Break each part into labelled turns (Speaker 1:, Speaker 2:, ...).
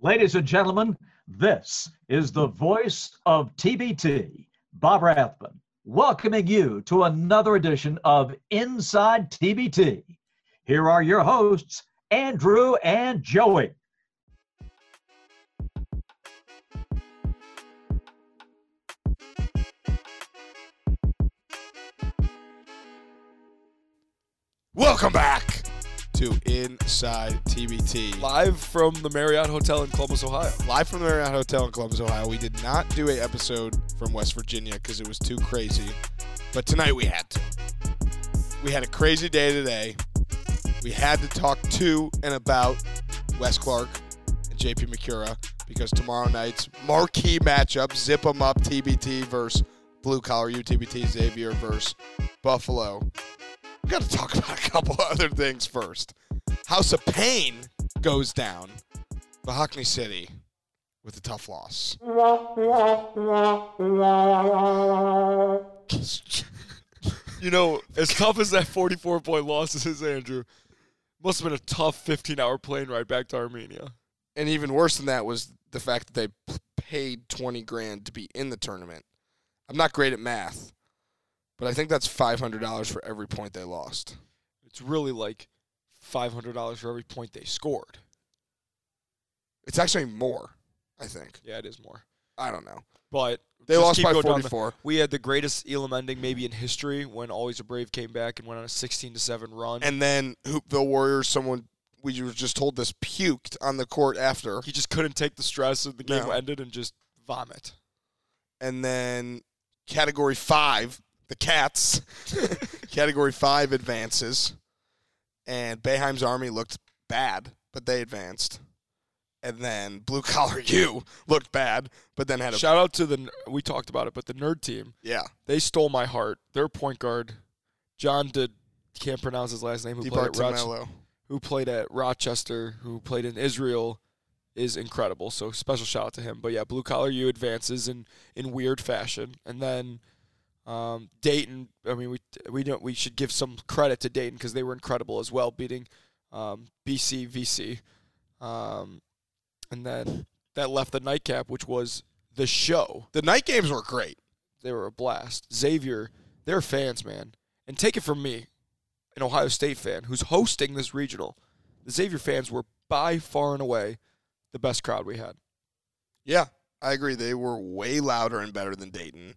Speaker 1: Ladies and gentlemen, this is the voice of TBT, Bob Rathman, welcoming you to another edition of Inside TBT. Here are your hosts, Andrew and Joey.
Speaker 2: Welcome back to Inside TBT.
Speaker 3: Live from the Marriott Hotel in Columbus, Ohio.
Speaker 2: Live from the Marriott Hotel in Columbus, Ohio. We did not do a episode from West Virginia because it was too crazy, but tonight we had to. We had a crazy day today. We had to talk to and about Wes Clark and JP McCura because tomorrow night's marquee matchup, Zip 'em Up TBT versus Blue Collar UTBT Xavier versus Buffalo. We got to talk about a couple other things first. House of Pain goes down. Hockney City with a tough loss.
Speaker 3: You know, as tough as that 44 point loss is, Andrew, must have been a tough 15 hour plane ride back to Armenia.
Speaker 2: and even worse than that was the fact that they p- paid 20 grand to be in the tournament. I'm not great at math, but I think that's $500 for every point they lost.
Speaker 3: It's really like $500 for every point they scored.
Speaker 2: It's actually more, I think.
Speaker 3: Yeah, it is more.
Speaker 2: I don't know.
Speaker 3: But
Speaker 2: They
Speaker 3: just
Speaker 2: lost
Speaker 3: keep
Speaker 2: by
Speaker 3: going down the-
Speaker 2: 44.
Speaker 3: we had the greatest Elam ending maybe in history when Always a Brave came back and went on a 16 to 7 run.
Speaker 2: And then Hoopville Warriors, someone we were just told this puked on the court after.
Speaker 3: he just couldn't take the stress, and the game
Speaker 2: No.
Speaker 3: ended and just vomit.
Speaker 2: and then category five, the Cats, category five advances, and Bayheim's Army looked bad, but they advanced, and then Blue Collar U looked bad, but then had a
Speaker 3: Shout out to the, we talked about it, but the nerd team.
Speaker 2: yeah
Speaker 3: they stole my heart. Their point guard, John did can't pronounce his last name, who played, at Roch-
Speaker 2: DiBartolomeo.
Speaker 3: who played at Rochester, who played in Israel, is incredible. So special shout out to him. But yeah, blue collar U advances in in weird fashion, and then um, Dayton. I mean, we we don't we should give some credit to Dayton because they were incredible as well, beating um, BC VC, um, and then that left the nightcap, which was the show
Speaker 2: The night games were great.
Speaker 3: they were a blast. Xavier, they're fans, man. And take it from me, an Ohio State fan who's hosting this regional, the Xavier fans were by far and away the best crowd we had.
Speaker 2: Yeah, I agree. They were way louder and better than Dayton.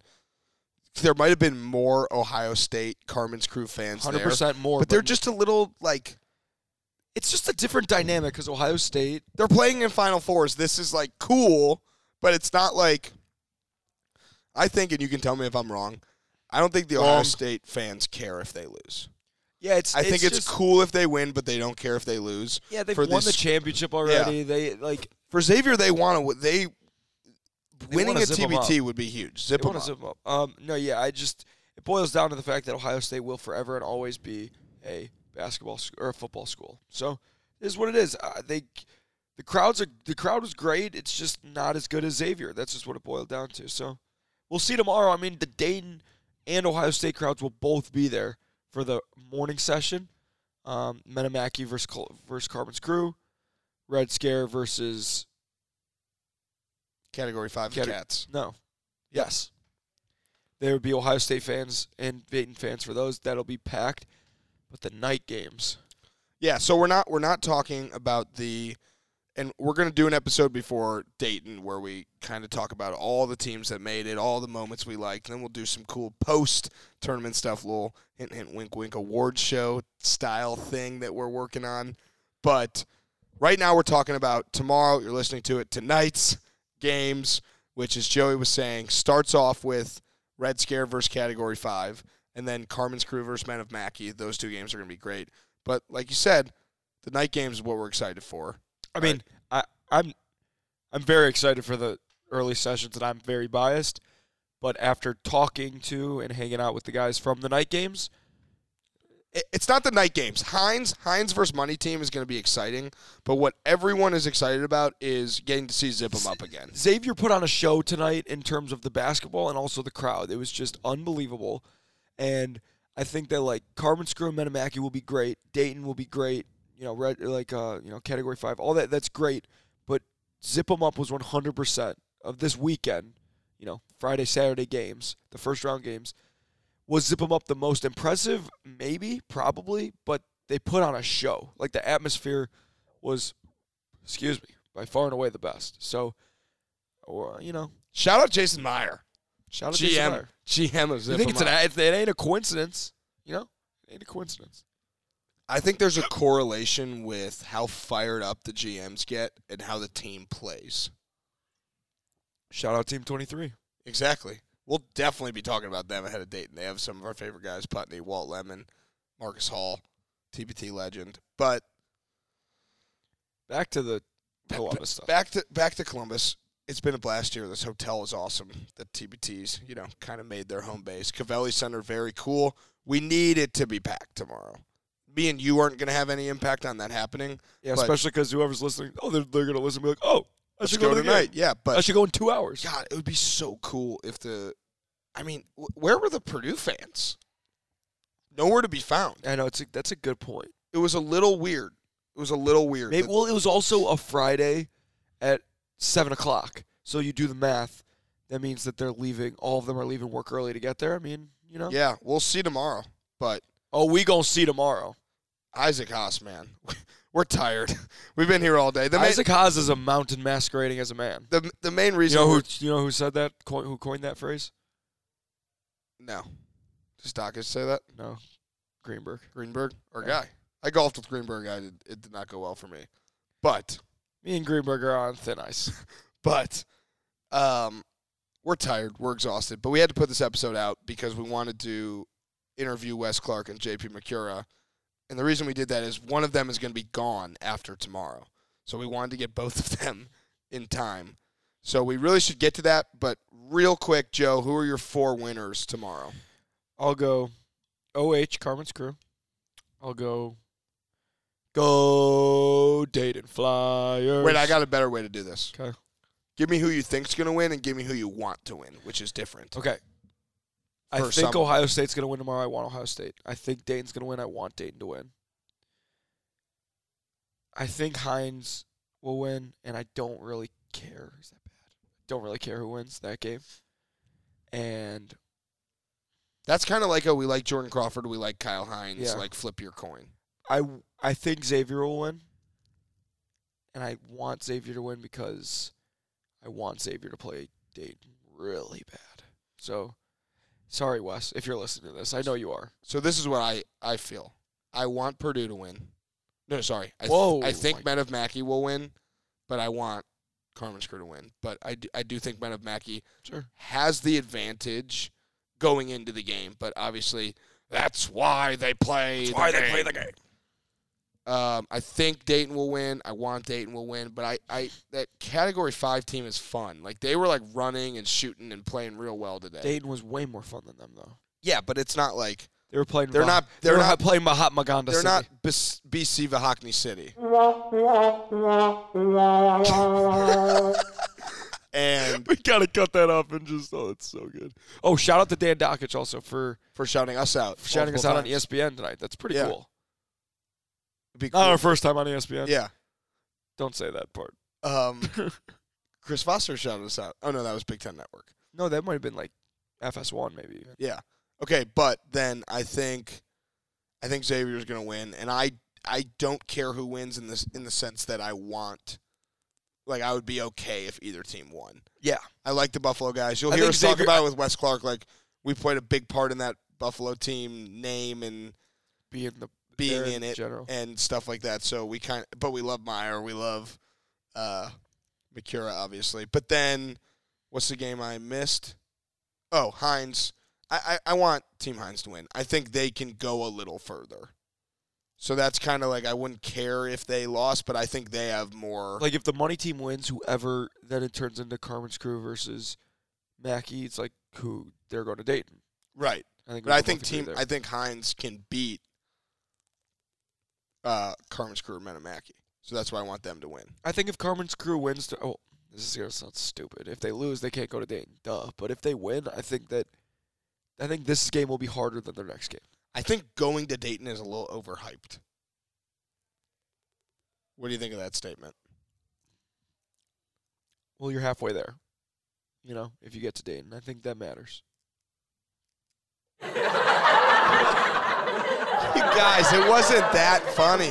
Speaker 2: There might have been more Ohio State Carmen's Crew fans
Speaker 3: Hundred
Speaker 2: there,
Speaker 3: percent more,
Speaker 2: but they're just a little like
Speaker 3: it's just a different dynamic because Ohio State.
Speaker 2: they're playing in Final Fours. This is like cool, but it's not like. I think, and you can tell me if I'm wrong. I don't think the Ohio
Speaker 3: Wrong.
Speaker 2: State fans care if they lose.
Speaker 3: Yeah, it's.
Speaker 2: I think it's
Speaker 3: just-
Speaker 2: cool if they win, but they don't care if they lose.
Speaker 3: Yeah, they've
Speaker 2: for
Speaker 3: won
Speaker 2: these-
Speaker 3: the championship already. They like
Speaker 2: For Xavier, they want to. They, winning
Speaker 3: wanna
Speaker 2: a
Speaker 3: zip 'em
Speaker 2: TBT would be huge. Zip
Speaker 3: they
Speaker 2: 'em
Speaker 3: want
Speaker 2: up.
Speaker 3: to zip 'em up. Um, no, yeah, I just it boils down to the fact that Ohio State will forever and always be a basketball sc- or a football school. So it is what it is. Uh, they the crowds are the crowd was great. It's just not as good as Xavier. That's just what it boiled down to. So we'll see tomorrow. I mean, the Dayton and Ohio State crowds will both be there for the morning session. Um, Menomaki versus Col- versus Carbon's Crew, Red Scare versus
Speaker 2: Category five
Speaker 3: Cate-
Speaker 2: cats.
Speaker 3: no. Yes. There would be Ohio State fans and Dayton fans for those. That'll be packed. But the night games.
Speaker 2: Yeah, so we're not we're not talking about the, and we're gonna do an episode before Dayton where we kind of talk about all the teams that made it, all the moments we liked. And then we'll do some cool post tournament stuff, little hint hint wink wink award show style thing that we're working on. But right now we're talking about tomorrow. You're listening to it tonight's games, which as Joey was saying, starts off with Red Scare versus Category Five, and then Carmen's Crew versus Men of Mackey. Those two games are gonna be great. But like you said, the night games is what we're excited for.
Speaker 3: I mean, I, I'm I'm very excited for the early sessions and I'm very biased. But after talking to and hanging out with the guys from the night games,
Speaker 2: It- It's not the night games. Heinz Heinz versus Money Team is going to be exciting, but what everyone is excited about is getting to see Zip 'em up again.
Speaker 3: Xavier put on a show tonight in terms of the basketball and also the crowd. It was just unbelievable. And I think that like Carmen Screw and Metamaki will be great. Dayton will be great. You know, red like uh, you know, category five, all that that's great. But Zip 'em up was 100% of this weekend, you know, Friday, Saturday games, the first round games. Was Zip 'em up the most impressive? Maybe, probably, but they put on a show. Like the atmosphere was, excuse me, by far and away the best. So, or, you know,
Speaker 2: Shout out Jason Meyer.
Speaker 3: shout out to Jason
Speaker 2: GM.
Speaker 3: Meyer.
Speaker 2: GM of Zip
Speaker 3: You think it's an,
Speaker 2: 'em Up.
Speaker 3: it ain't a coincidence, you know? It ain't a coincidence.
Speaker 2: I think there's a correlation with how fired up the GMs get and how the team plays.
Speaker 3: Shout out Team 23.
Speaker 2: Exactly. We'll definitely be talking about them ahead of Dayton. They have some of our favorite guys: Putney, Walt Lemon, Marcus Hall, TBT legend. But
Speaker 3: Back to the Columbus stuff.
Speaker 2: back to back to Columbus. It's been a blast here. This hotel is awesome. The TBTs, you know, kind of made their home base. Cavelli Center, very cool. We need it to be packed tomorrow. Me and you aren't going to have any impact on that happening.
Speaker 3: Yeah,
Speaker 2: but-
Speaker 3: especially because whoever's listening, oh, they're, they're going to listen and be like, oh, I
Speaker 2: Let's
Speaker 3: should
Speaker 2: go
Speaker 3: to the game.
Speaker 2: tonight. Yeah, but
Speaker 3: I should go in two hours.
Speaker 2: God, it would be so cool if the. I mean, wh- where were the Purdue fans? Nowhere to be found.
Speaker 3: I know it's a, that's a good point.
Speaker 2: It was a little weird. It was a little weird.
Speaker 3: Maybe,
Speaker 2: that-
Speaker 3: well, it was also a Friday at seven o'clock, so you do the math. That means that they're leaving. All of them are leaving work early to get there. I mean, you know.
Speaker 2: yeah, we'll see tomorrow. But
Speaker 3: Oh, we gonna see tomorrow.
Speaker 2: Isaac Haas, man, we're tired. We've been here all day. The main,
Speaker 3: Isaac Haas is a mountain masquerading as a man.
Speaker 2: the, the main
Speaker 3: You
Speaker 2: reason.
Speaker 3: know who?
Speaker 2: we're-
Speaker 3: You know who said that? Coin, who coined that phrase?
Speaker 2: no, does Dockage say that?
Speaker 3: No, Greenberg.
Speaker 2: Greenberg or
Speaker 3: Yeah.
Speaker 2: guy? I golfed with Greenberg. I did, it did not go well for me. But
Speaker 3: Me and Greenberg are on thin ice.
Speaker 2: but um, we're tired. We're exhausted. But we had to put this episode out because we wanted to interview Wes Clark and JP McCura. And the reason we did that is one of them is going to be gone after tomorrow. So we wanted to get both of them in time. So we really should get to that. But real quick, Joe, who are your four winners tomorrow?
Speaker 3: I'll go OH Carmen's crew. I'll go Go Dayton Flyers.
Speaker 2: Wait, I got a better way to do this.
Speaker 3: 'Kay.
Speaker 2: Give me who you think's going to win and give me who you want to win, which is different.
Speaker 3: Okay. I
Speaker 2: For
Speaker 3: think
Speaker 2: some-
Speaker 3: Ohio State's going to win tomorrow. I want Ohio State. I think Dayton's going to win. I want Dayton to win. I think Hines will win, and I don't really care. Is that bad? Don't really care who wins that game. And
Speaker 2: That's kind of like how we like Jordan Crawford, we like Kyle Hines,
Speaker 3: Yeah.
Speaker 2: like flip your coin.
Speaker 3: I I think Xavier will win, and I want Xavier to win because I want Xavier to play Dayton really bad. So, sorry, Wes, if you're listening to this, I know you are.
Speaker 2: So this is what I, I feel. I want Purdue to win. No, sorry. I, th-
Speaker 3: Whoa,
Speaker 2: I think
Speaker 3: my-
Speaker 2: Men of Mackey will win, but I want Carmen Screw to win. But I do, I do think Men of Mackey
Speaker 3: Sure.
Speaker 2: has the advantage going into the game, but obviously that's why they play the game.
Speaker 3: game.
Speaker 2: Um, I think Dayton will win. I want Dayton will win, but I, I that category five team is fun. Like they were like running and shooting and playing real well today.
Speaker 3: Dayton was way more fun than them, though.
Speaker 2: yeah, but it's not like
Speaker 3: They were playing.
Speaker 2: they're
Speaker 3: Mah-
Speaker 2: not
Speaker 3: They were
Speaker 2: they're not
Speaker 3: playing Mahatma Gandhi.
Speaker 2: They're
Speaker 3: City.
Speaker 2: not Bis- BC Vahakni City. and
Speaker 3: We gotta cut that off and just. Oh, it's so good. Oh, shout out to Dan Dockich also for
Speaker 2: for shouting us out,
Speaker 3: for shouting us out
Speaker 2: multiple
Speaker 3: on E
Speaker 2: times.
Speaker 3: ESPN tonight. That's pretty
Speaker 2: Yeah.
Speaker 3: cool.
Speaker 2: It'd be
Speaker 3: Not our
Speaker 2: cool.
Speaker 3: first time on E ESPN.
Speaker 2: Oh, Yeah.
Speaker 3: Don't say that part.
Speaker 2: Um, Chris Foster shouted us out. Oh no, that was Big Ten Network.
Speaker 3: No, that might have been like FS1 maybe. even.
Speaker 2: Yeah. Okay, but then I think, I think Xavier's gonna win, and I I don't care who wins in this in the sense that I want, like I would be okay if either team won.
Speaker 3: Yeah.
Speaker 2: I like the Buffalo guys. You'll
Speaker 3: I
Speaker 2: hear
Speaker 3: think
Speaker 2: us talk
Speaker 3: Xavier-
Speaker 2: about it with Wes Clark. Like we played a big part in that Buffalo team name and
Speaker 3: Being the
Speaker 2: being
Speaker 3: there
Speaker 2: in it.
Speaker 3: general.
Speaker 2: and stuff like that. So we kind but we love Meyer, we love uh Makura obviously. But then what's the game I missed? Oh, Hines. I, I, I want Team Hines to win. I think they can go a little further. So that's kind of like I wouldn't care if they lost, but I think they have more.
Speaker 3: Like if the money team wins, whoever then it turns into Carmen's crew versus Mackey. It's like who they're going to Dayton.
Speaker 2: right.
Speaker 3: I think.
Speaker 2: But
Speaker 3: we
Speaker 2: I
Speaker 3: can
Speaker 2: think
Speaker 3: both agree
Speaker 2: team
Speaker 3: there.
Speaker 2: I think Hines can beat uh Carmen's crew Menamaki. So that's why I want them to win.
Speaker 3: I think if Carmen's crew wins, to, oh, this is gonna sound stupid. If they lose, they can't go to Dayton. Duh. But if they win, I think that I think this game will be harder than their next game.
Speaker 2: I think going to Dayton is a little overhyped. What do you think of that statement?
Speaker 3: well, you're halfway there. You know, if you get to Dayton, I think that matters.
Speaker 2: You guys, it wasn't that funny.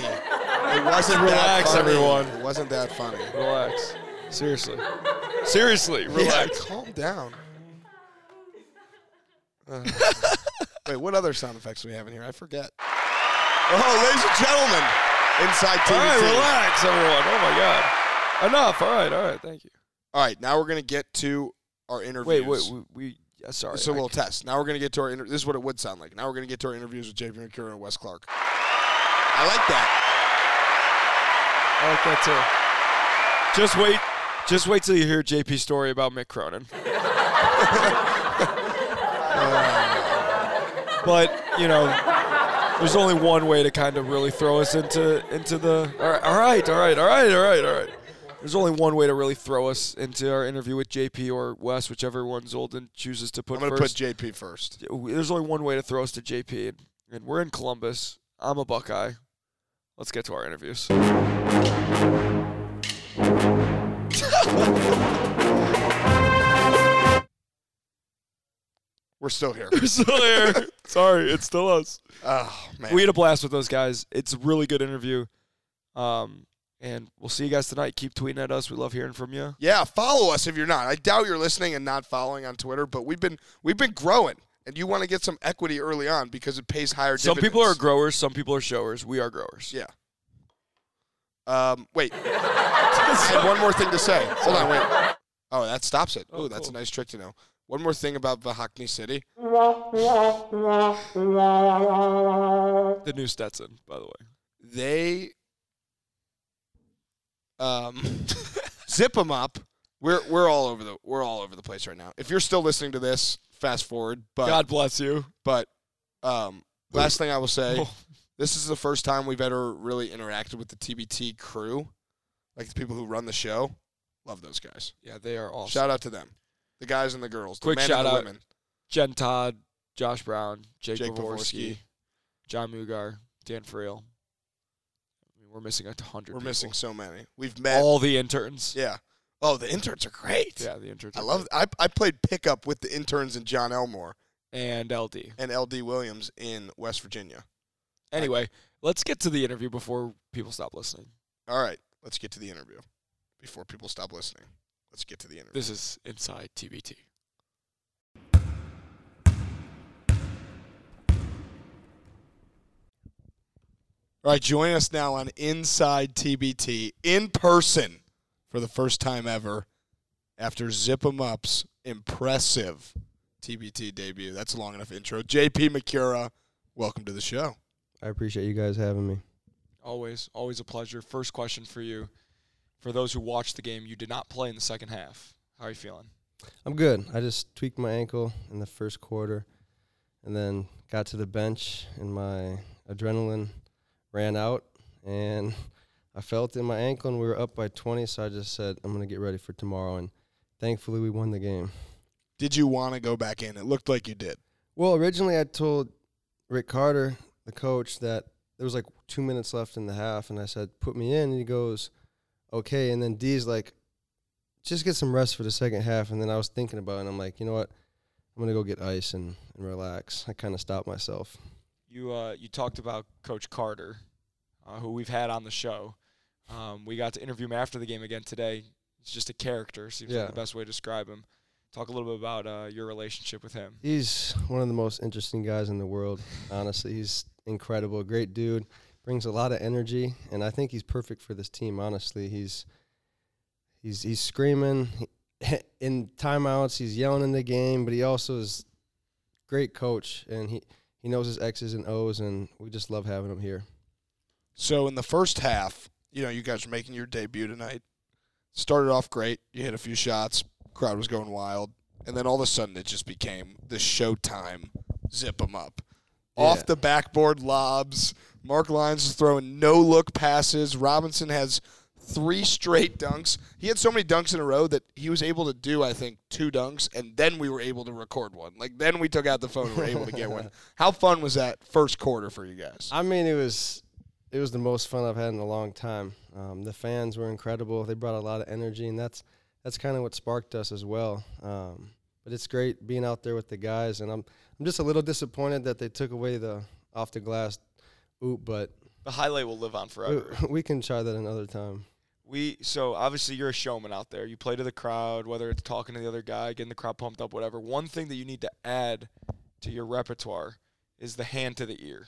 Speaker 2: It wasn't
Speaker 3: Relax,
Speaker 2: that funny.
Speaker 3: everyone.
Speaker 2: It wasn't that funny.
Speaker 3: Relax. Seriously. Seriously,
Speaker 2: Yeah,
Speaker 3: relax.
Speaker 2: calm down. Uh, wait, what other sound effects do we have in here? I forget. Oh, ladies and gentlemen, inside TV.
Speaker 3: All right, relax, everyone. Oh my God. Enough. All right, all right. Thank you.
Speaker 2: All right, now we're gonna get to our interviews.
Speaker 3: Wait, wait. We, we yeah, sorry.
Speaker 2: It's a
Speaker 3: I-
Speaker 2: little test. Now we're gonna get to our. Inter- this is what it would sound like. Now we're gonna get to our interviews with JP McCure and Wes Clark. I like that.
Speaker 3: I like that too. Just wait. Just wait till you hear JP's story about Mick Cronin. Uh, but you know, there's only one way to kind of really throw us into into the. All right, all right, all right, all right, all right, all right. There's only one way to really throw us into our interview with JP or Wes, whichever one's Olden chooses to put
Speaker 2: I'm gonna
Speaker 3: first.
Speaker 2: put JP first.
Speaker 3: there's only one way to throw us to JP, and, and we're in Columbus. I'm a Buckeye. Let's get to our interviews.
Speaker 2: We're still here.
Speaker 3: We're still here. Sorry, it's still us.
Speaker 2: oh man.
Speaker 3: We had a blast with those guys. It's a really good interview. Um, and we'll see you guys tonight. Keep tweeting at us. We love hearing from you.
Speaker 2: Yeah, follow us if you're not. I doubt you're listening and not following on Twitter, but we've been we've been growing, and you want to get some equity early on because it pays higher.
Speaker 3: Some people are
Speaker 2: dividends.
Speaker 3: growers. Some people are showers. We are growers.
Speaker 2: Yeah. Um. Wait. I have one more thing to say. Hold on. Wait. Oh, that stops it. Oh, that's
Speaker 3: cool.
Speaker 2: a nice trick to know. One more thing about Vahakni City.
Speaker 3: The new Stetson, by the way.
Speaker 2: They um zip them up. We're we're all over the we're all over the place right now. If you're still listening to this, fast forward. But
Speaker 3: God bless you.
Speaker 2: But um, last thing I will say,
Speaker 3: Oh.
Speaker 2: this is the first time we've ever really interacted with the TBT crew, like the people who run the show. Love those guys.
Speaker 3: Yeah, they are awesome.
Speaker 2: Shout out to them, the guys and the girls, the
Speaker 3: Quick
Speaker 2: men
Speaker 3: shout
Speaker 2: and the
Speaker 3: out.
Speaker 2: women.
Speaker 3: Jen Todd, Josh Brown, Jake,
Speaker 2: Jake
Speaker 3: Pavorsky,
Speaker 2: Pavorsky.
Speaker 3: John Mugar, Dan Frail. I mean, we're missing a hundred.
Speaker 2: We're
Speaker 3: people.
Speaker 2: missing so many. We've met.
Speaker 3: all the interns.
Speaker 2: yeah. Oh, the interns are great.
Speaker 3: Yeah, the interns.
Speaker 2: I
Speaker 3: are
Speaker 2: love. I I played pickup with the interns and John Elmore
Speaker 3: great. and LD.
Speaker 2: and LD Williams in West Virginia.
Speaker 3: Anyway, let's get to the interview before people stop listening.
Speaker 2: All right, let's get to the interview before people stop listening. Let's get to the interview.
Speaker 3: This is Inside TBT.
Speaker 2: All right, join us now on Inside TBT in person for the first time ever after Zip 'em Up's impressive TBT debut. That's a long enough intro. JP McCura, welcome to the show.
Speaker 4: I appreciate you guys having me.
Speaker 3: Always, always a pleasure. First question for you. For those who watched the game, you did not play in the second half. How are you feeling?
Speaker 4: I'm good. I just tweaked my ankle in the first quarter and then got to the bench and my adrenaline ran out and I felt it in my ankle and we were up by 20 so I just said I'm going to get ready for tomorrow and thankfully we won the game.
Speaker 2: Did you want to go back in? It looked like you did.
Speaker 4: Well, originally I told Rick Carter, the coach, that there was like two minutes left in the half, and I said, "Put me in." And he goes, "Okay." And then D's like, "Just get some rest for the second half." And then I was thinking about it, and I'm like, you know what? I'm gonna go get ice and, and relax. I kind of stopped myself.
Speaker 3: You uh, you talked about Coach Carter, uh, who we've had on the show. Um, we got to interview him after the game again today. He's just a character. Seems
Speaker 4: Yeah.
Speaker 3: like the best way to describe him. Talk a little bit about uh, your relationship with him.
Speaker 4: He's one of the most interesting guys in the world. Honestly, he's incredible, great dude. Brings a lot of energy, and I think he's perfect for this team. Honestly, he's he's he's screaming in timeouts. He's yelling in the game, but he also is great coach, and he he knows his X's and O's, and we just love having him here.
Speaker 2: So in the first half, you know, you guys were making your debut tonight. Started off great. You hit a few shots. Crowd was going wild, and then all of a sudden it just became the showtime. Zip 'em up.
Speaker 4: Yeah.
Speaker 2: Off the backboard lobs. Mark Lyons is throwing no look passes. Robinson has three straight dunks. He had so many dunks in a row that he was able to do, I think, two dunks, and then we were able to record one. Like then we took out the phone and were able to get one. How fun was that first quarter for you guys?
Speaker 4: I mean, it was it was the most fun I've had in a long time. Um, the fans were incredible. They brought a lot of energy, and that's that's kind of what sparked us as well. Um, but it's great being out there with the guys, and I'm I'm just a little disappointed that they took away the off the glass oop, but
Speaker 3: The highlight will live on
Speaker 4: we,
Speaker 3: forever.
Speaker 4: we can try that another time.
Speaker 3: we so obviously you're a showman out there. You play to the crowd, whether it's talking to the other guy, getting the crowd pumped up, whatever. One thing that you need to add to your repertoire is the hand to the ear.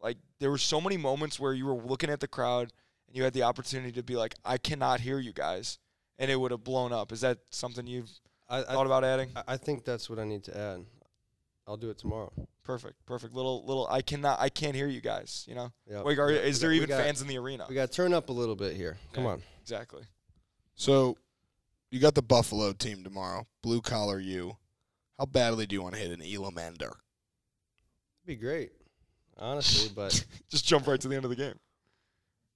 Speaker 3: Like there were so many moments where you were looking at the crowd and you had the opportunity to be like, I cannot hear you guys, and it would have blown up. Is that something you've
Speaker 4: I I,
Speaker 3: thought about adding?
Speaker 4: I- I think that's what I need to add. I'll do it tomorrow.
Speaker 3: Perfect, perfect. Little, little. I cannot, I can't hear you guys. You know,
Speaker 4: Yeah.
Speaker 3: like, are, is
Speaker 4: We
Speaker 3: there
Speaker 4: got- we
Speaker 3: even
Speaker 4: got-
Speaker 3: fans in the arena?
Speaker 4: We got to turn up a little bit here. Come
Speaker 3: Yeah.
Speaker 4: on.
Speaker 3: exactly.
Speaker 2: So, you got the Buffalo team tomorrow. Blue collar you. How badly do you want to hit an Elomander?
Speaker 4: It'd be great, honestly. But
Speaker 3: Just jump right to the end of the game.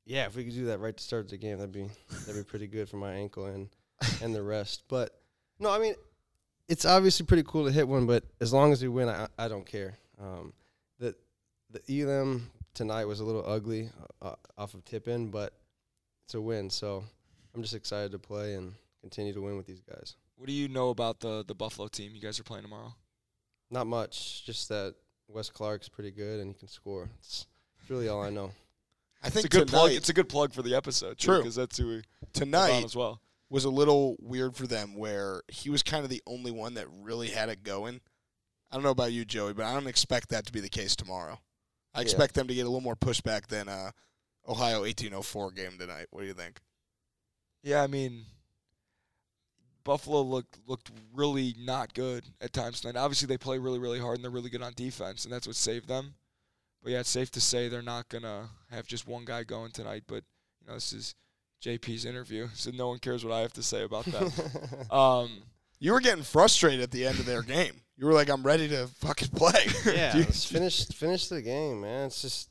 Speaker 4: yeah, if we could do that right to start the game, that'd be that'd be pretty good for my ankle and and the rest. But no, I mean, it's obviously pretty cool to hit one, but as long as we win, I, I don't care. Um, the the Elam tonight was a little ugly uh, off of tip in, but it's a win, so I'm just excited to play and continue to win with these guys.
Speaker 3: What do you know about the the Buffalo team you guys are playing tomorrow?
Speaker 4: Not much, just that Wes Clark's pretty good and he can score. It's, it's really all I know.
Speaker 2: I
Speaker 3: It's
Speaker 2: think
Speaker 3: a good plug.
Speaker 2: tonight,
Speaker 3: It's a good plug for the episode.
Speaker 2: True.
Speaker 3: because that's who we night.
Speaker 2: tonight
Speaker 3: as well.
Speaker 2: was a little weird for them where he was kind of the only one that really had it going. I don't know about you, Joey, but I don't expect that to be the case tomorrow. I
Speaker 4: Yeah.
Speaker 2: expect them to get a little more pushback than uh, Ohio 1804 game tonight. What do you think?
Speaker 3: Yeah, I mean, Buffalo looked looked really not good at times tonight. Obviously, they play really really hard and they're really good on defense, and that's what saved them. But yeah, it's safe to say they're not gonna have just one guy going tonight. But you know, this is JP's interview, so no one cares what I have to say about that. um,
Speaker 2: You were getting frustrated at the end of their game. You were like, "I'm ready to fucking play."
Speaker 4: Yeah,
Speaker 2: Do you-
Speaker 4: let's finish finish the game, man. It's just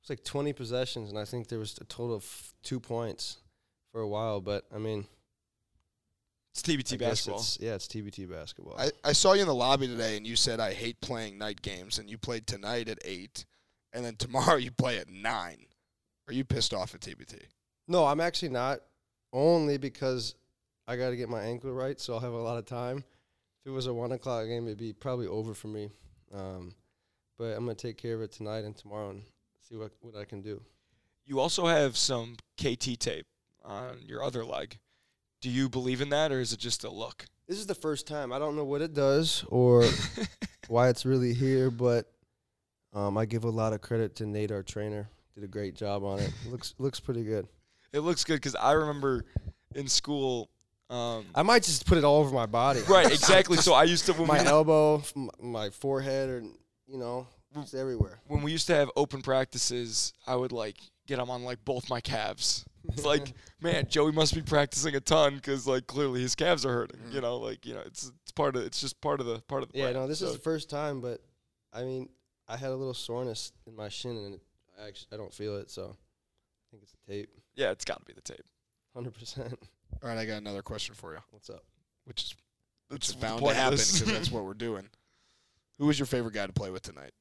Speaker 4: it's like 20 possessions, and I think there was a total of two points for a while. But I mean,
Speaker 3: it's
Speaker 4: I
Speaker 3: TBT
Speaker 4: guess
Speaker 3: basketball.
Speaker 4: It's, yeah, it's TBT basketball.
Speaker 2: I, I saw you in the lobby today, and you said I hate playing night games, and you played tonight at eight, and then tomorrow you play at nine. Are you pissed off at TBT?
Speaker 4: no, I'm actually not. Only because I got to get my ankle right, so I'll have a lot of time. If it was a one o'clock game, it'd be probably over for me. Um, but I'm gonna take care of it tonight and tomorrow and see what what I can do.
Speaker 3: You also have some KT tape on your other leg. Do you believe in that, or is it just a look?
Speaker 4: This is the first time. I don't know what it does or why it's really here, but um, I give a lot of credit to Nate, our trainer. Did a great job on it. looks looks pretty good.
Speaker 3: It looks good because I remember in school. Um,
Speaker 4: I might just put it all over my body,
Speaker 3: right, exactly. So I used to when
Speaker 4: my
Speaker 3: we,
Speaker 4: elbow, f- m- my forehead, or you know, it's everywhere.
Speaker 3: when we used to have open practices, I would like get them on like both my calves. It's like, man, Joey must be practicing a ton because like clearly his calves are hurting. You know, like you know, it's it's part of it's just part of the part of the.
Speaker 4: Mm-hmm. Yeah,
Speaker 3: plan.
Speaker 4: no, this
Speaker 3: So
Speaker 4: is the first time, but I mean, I had a little soreness in my shin, and it, I actually I don't feel it, so I think it's the tape,
Speaker 3: yeah, it's got to be the tape.
Speaker 4: hundred percent.
Speaker 2: All right, I got another question for you,
Speaker 4: What's up?
Speaker 2: which is
Speaker 3: That's
Speaker 2: which is
Speaker 3: the
Speaker 2: bound to
Speaker 3: point of
Speaker 2: happen
Speaker 3: this.
Speaker 2: because that's what we're doing. Who was your favorite guy to play with tonight?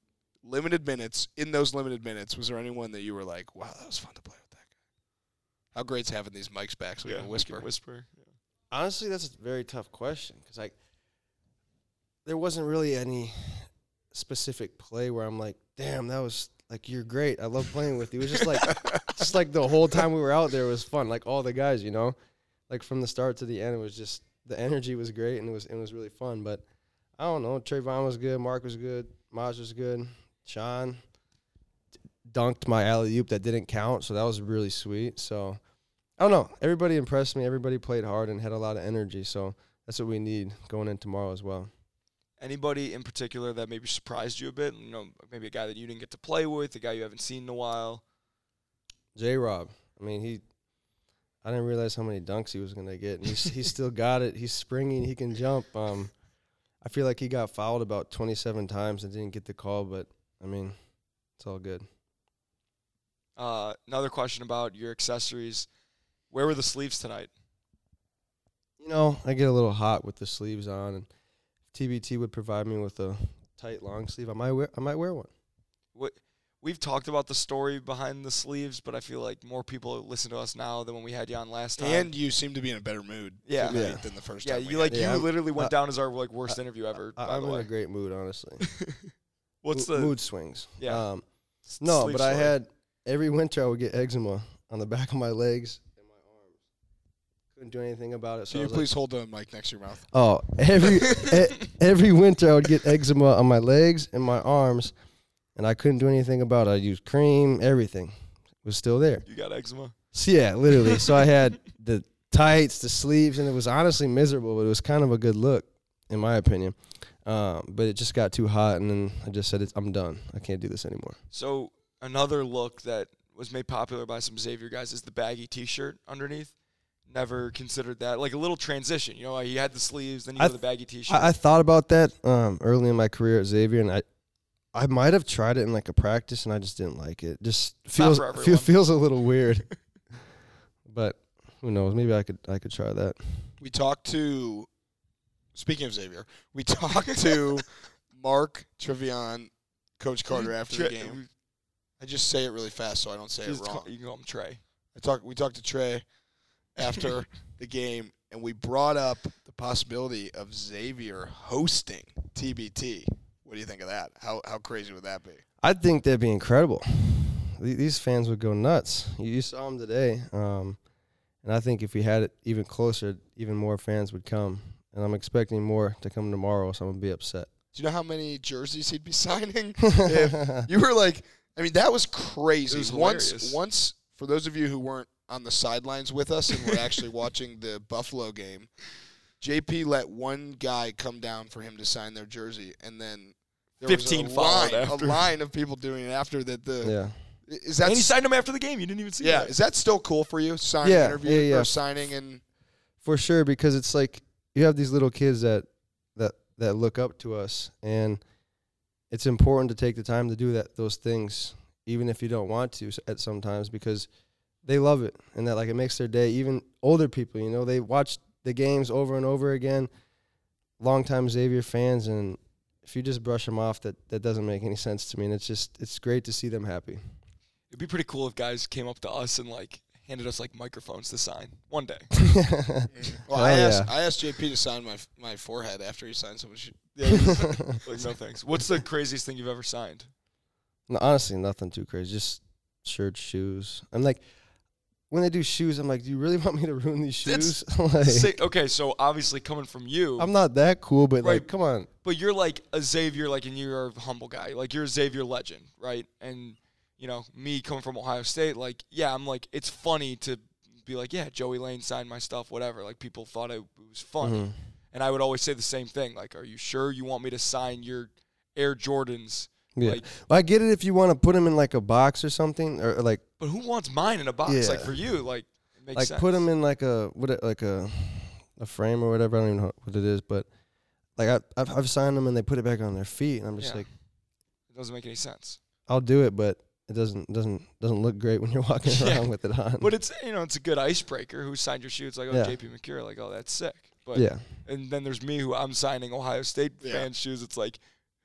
Speaker 2: Limited minutes. In those limited minutes, was there anyone that you were like, "Wow, that was fun to play with that guy"? How great's having these mics back so we
Speaker 3: Yeah,
Speaker 2: can whisper.
Speaker 3: whisper.
Speaker 4: Honestly, that's a very tough question because like there wasn't really any specific play where I'm like, damn, that was like you're great. I love playing with you. It was just like just like the whole time we were out there was fun. Like all the guys, you know, like from the start to the end, it was just the energy was great and it was it was really fun. But I don't know, Trayvon was good, Mark was good, Maj was good, Sean d- dunked my alley oop that didn't count, so that was really sweet. So I don't know. Everybody impressed me. Everybody played hard and had a lot of energy. So that's what we need going in tomorrow as well.
Speaker 3: Anybody in particular that maybe surprised you a bit? You know, maybe a guy that you didn't get to play with, a guy you haven't seen in a while.
Speaker 4: J Rob. I mean, he. I didn't realize how many dunks he was gonna get, and he's, he's still got it. He's springy. and He can jump. Um, I feel like he got fouled about 27 times and didn't get the call, but I mean, it's all good.
Speaker 3: Uh, another question about your accessories. Where were the sleeves tonight?
Speaker 4: You know, I get a little hot with the sleeves on, and TBT would provide me with a tight long sleeve. I might wear. I might wear one.
Speaker 3: What we've talked about the story behind the sleeves, but I feel like more people listen to us now than when we had you on last time.
Speaker 2: And you seem to be in a better mood
Speaker 3: Yeah.
Speaker 2: tonight
Speaker 4: Yeah.
Speaker 2: than the first
Speaker 3: yeah,
Speaker 2: time. we
Speaker 3: you like
Speaker 4: Yeah,
Speaker 3: you
Speaker 4: I'm-
Speaker 3: literally went
Speaker 4: uh,
Speaker 3: down as our like worst interview ever.
Speaker 4: I,
Speaker 3: by
Speaker 4: I'm
Speaker 3: the
Speaker 4: in
Speaker 3: way.
Speaker 4: a great mood, honestly.
Speaker 3: What's
Speaker 4: Mo-
Speaker 3: the
Speaker 4: mood swings?
Speaker 3: yeah?
Speaker 4: Um,
Speaker 3: s-
Speaker 4: no,
Speaker 3: sleeve
Speaker 4: but I
Speaker 3: story?
Speaker 4: had every winter I would get eczema on the back of my legs and my arms. Couldn't do anything about it. So
Speaker 2: Can
Speaker 4: I
Speaker 2: you
Speaker 4: was like,
Speaker 2: please hold the mic next to your mouth?
Speaker 4: Oh, every e- every winter I would get eczema on my legs and my arms, and I couldn't do anything about it. I used cream, everything was still there.
Speaker 3: you got eczema.
Speaker 4: So yeah, literally. So I had the tights, the sleeves, and it was honestly miserable, but it was kind of a good look, in my opinion. Um, but it just got too hot, and then I just said, it's, "I'm done. I can't do this anymore."
Speaker 3: So another look that was made popular by some Xavier guys is the baggy T-shirt underneath. Never considered that like a little transition. You know, you had the sleeves, then you
Speaker 4: I
Speaker 3: had the
Speaker 4: th-
Speaker 3: baggy T-shirt.
Speaker 4: I, I thought about that um, early in my career at Xavier, and I, I might have tried it in like a practice, and I just didn't like it. Just
Speaker 3: not
Speaker 4: feels
Speaker 3: for
Speaker 4: feel,
Speaker 3: everyone.
Speaker 4: feels a little weird, but who knows? Maybe I could I could try that.
Speaker 2: We talked to, speaking of Xavier, we talked to Mark Trevion, Coach Carter, after the
Speaker 3: Tre-
Speaker 2: game. I just say it really fast so I don't say it
Speaker 3: just
Speaker 2: wrong.
Speaker 3: call- you can call him Trey.
Speaker 2: I talked. We talked to Trey after the game, and we brought up the possibility of Xavier hosting TBT. What do you think of that? How how crazy would that be?
Speaker 4: I think that'd be incredible. The- These fans would go nuts. You, you saw them today, um, and I think if we had it even closer, even more fans would come. And I'm expecting more to come tomorrow, so I'm gonna be upset.
Speaker 2: Do you know how many jerseys he'd be signing? If you were like, I mean, that was crazy.
Speaker 3: It was
Speaker 2: once,
Speaker 3: hilarious.
Speaker 2: once for those of you who weren't on the sidelines with us and were actually watching the Buffalo game, JP let one guy come down for him to sign their jersey, and then. There
Speaker 3: 15
Speaker 2: was a
Speaker 3: followed
Speaker 2: line,
Speaker 3: after.
Speaker 2: a line of people doing it after that. The
Speaker 4: yeah.
Speaker 2: is that
Speaker 3: and he
Speaker 2: s-
Speaker 3: signed him after the game. You didn't even see
Speaker 2: Yeah,
Speaker 3: that.
Speaker 2: is that still cool for you? Signing
Speaker 4: Yeah,
Speaker 2: interview
Speaker 4: yeah, yeah.
Speaker 2: or signing and
Speaker 4: for sure because it's like you have these little kids that that that look up to us and it's important to take the time to do that those things even if you don't want to s- at sometimes because they love it and that like it makes their day even older people you know they watch the games over and over again longtime Xavier fans and if you just brush them off that that doesn't make any sense to me and it's just it's great to see them happy
Speaker 3: It'd be pretty cool if guys came up to us and like handed us like microphones to sign one day.
Speaker 2: well, I
Speaker 4: Hell
Speaker 2: asked
Speaker 4: yeah.
Speaker 2: I asked JP to sign my f- my forehead after he signed someone's. sh-
Speaker 3: Yeah, he's like no thanks. What's the craziest thing you've ever signed?
Speaker 4: No, honestly, nothing too crazy. Just shirts, shoes. I'm like, when they do shoes, I'm like, do you really want me to ruin these
Speaker 3: That's
Speaker 4: shoes? like,
Speaker 3: Say- okay, so obviously coming from you,
Speaker 4: I'm not that cool, but
Speaker 3: Right.
Speaker 4: like, come on.
Speaker 3: but you're like a Xavier, like, and you're a humble guy, like you're a Xavier legend, right? And you know, me coming from Ohio State, like, yeah, I'm like, it's funny to be like, yeah, Joey Lane signed my stuff, whatever. Like people thought it was funny,
Speaker 4: Mhm.
Speaker 3: and I would always say the same thing, like, are you sure you want me to sign your Air Jordans?
Speaker 4: Yeah.
Speaker 3: Like,
Speaker 4: Well, I get it if you want to put them in like a box or something, or like
Speaker 3: but who wants mine in a box?
Speaker 4: Yeah.
Speaker 3: Like for you, like, it makes
Speaker 4: like
Speaker 3: sense.
Speaker 4: put them in like a what it- like a a frame or whatever. I don't even know what it is, but like I, I've I've signed them and they put it back on their feet, and I'm just
Speaker 3: Yeah.
Speaker 4: like,
Speaker 3: It doesn't make any sense.
Speaker 4: I'll do it, but it doesn't doesn't doesn't look great when you're walking
Speaker 3: Yeah.
Speaker 4: around with it on.
Speaker 3: But it's you know it's a good icebreaker. Who signed your shoe? It's like oh
Speaker 4: Yeah.
Speaker 3: JP McCure, like oh that's sick. But
Speaker 4: yeah,
Speaker 3: and then there's me who I'm signing Ohio State
Speaker 2: Yeah.
Speaker 3: fans shoes. It's like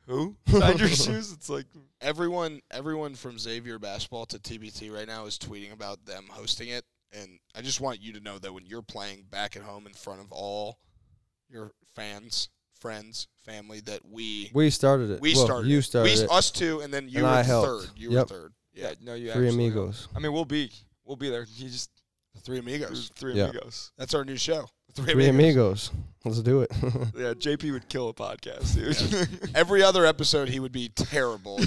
Speaker 3: who signed your shoes? It's like
Speaker 2: Everyone everyone from Xavier basketball to TBT right now is tweeting about them hosting it, and I just want you to know that when you're playing back at home in front of all your fans, friends, family, that we
Speaker 4: we started it.
Speaker 2: we
Speaker 4: Well,
Speaker 2: started
Speaker 4: You
Speaker 2: it.
Speaker 4: started
Speaker 2: we,
Speaker 4: it.
Speaker 2: us two, and then you
Speaker 4: And
Speaker 2: were
Speaker 4: I helped.
Speaker 2: third. You
Speaker 4: Yep.
Speaker 2: were third.
Speaker 3: yeah,
Speaker 2: Yeah,
Speaker 3: no you
Speaker 4: Three
Speaker 3: absolutely are.
Speaker 4: amigos.
Speaker 3: I mean we'll be we'll be there. You just
Speaker 2: three amigos.
Speaker 3: three
Speaker 4: Yeah.
Speaker 3: amigos.
Speaker 2: That's our new show.
Speaker 4: Three amigos. Let's do it.
Speaker 3: Yeah, JP would kill a podcast. Dude.
Speaker 2: Every other episode, he would be terrible, and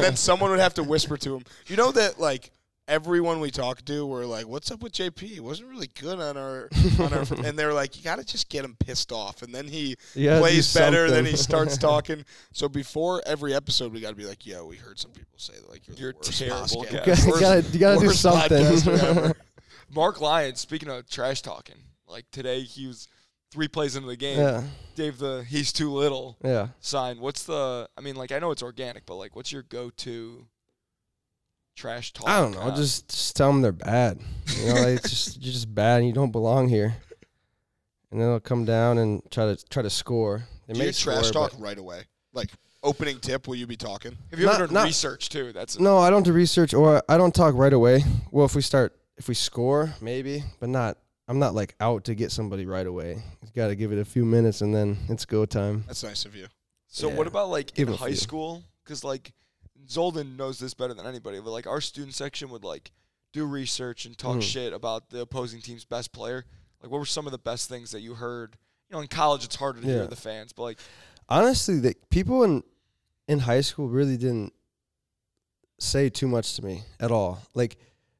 Speaker 2: then someone would have to whisper to him. You know that like everyone we talked to were like, "What's up with JP? He wasn't really good on our on our," and they're like, "You gotta just get him pissed off." And then he
Speaker 4: You gotta do
Speaker 2: plays better, then
Speaker 4: something.
Speaker 2: he starts talking. So before every episode, we gotta be like, "Yo, we heard some people say that like you're,
Speaker 3: You're
Speaker 2: the worst
Speaker 3: terrible,
Speaker 2: podcast-
Speaker 3: guys.
Speaker 4: You
Speaker 2: worst-
Speaker 4: gotta- you gotta do
Speaker 2: worst
Speaker 4: something.
Speaker 2: podcaster ever."
Speaker 3: Mark Lyons. Speaking of trash talking, like today he was three plays into the game.
Speaker 4: yeah,
Speaker 3: Gave the he's too little.
Speaker 4: yeah.
Speaker 3: sign, what's the? I mean, like I know it's organic, but like, what's your go-to trash
Speaker 2: Oh,
Speaker 3: talk?
Speaker 4: I don't know.
Speaker 3: Uh,
Speaker 4: Just, just tell them they're bad. You know, like, it's just you're just bad and you don't belong here. And then they'll come down and try to try to score. They
Speaker 2: Do
Speaker 4: may
Speaker 2: you trash
Speaker 4: score,
Speaker 2: talk right away? Like opening tip will you be talking?
Speaker 3: Have you
Speaker 4: Not-
Speaker 3: ever done
Speaker 4: not-
Speaker 3: research too? That's
Speaker 4: No, I don't do research or I don't talk right away. Well, if we start, if we score, maybe, but not. I'm not like out to get somebody right away. You got to give it a few minutes and then it's go time.
Speaker 2: That's nice of you.
Speaker 3: so.
Speaker 4: Yeah.
Speaker 3: What about like
Speaker 4: Give
Speaker 3: in
Speaker 4: it a
Speaker 3: high
Speaker 4: few.
Speaker 3: school? Because like Zolden knows this better than anybody. But like our student section would like do research and talk
Speaker 4: Mhm.
Speaker 3: shit about the opposing team's best player. Like, what were some of the best things that you heard? You know, in college it's harder to
Speaker 4: Yeah.
Speaker 3: hear the fans, but like
Speaker 4: honestly, the people in in high school really didn't say too much to me at all. Like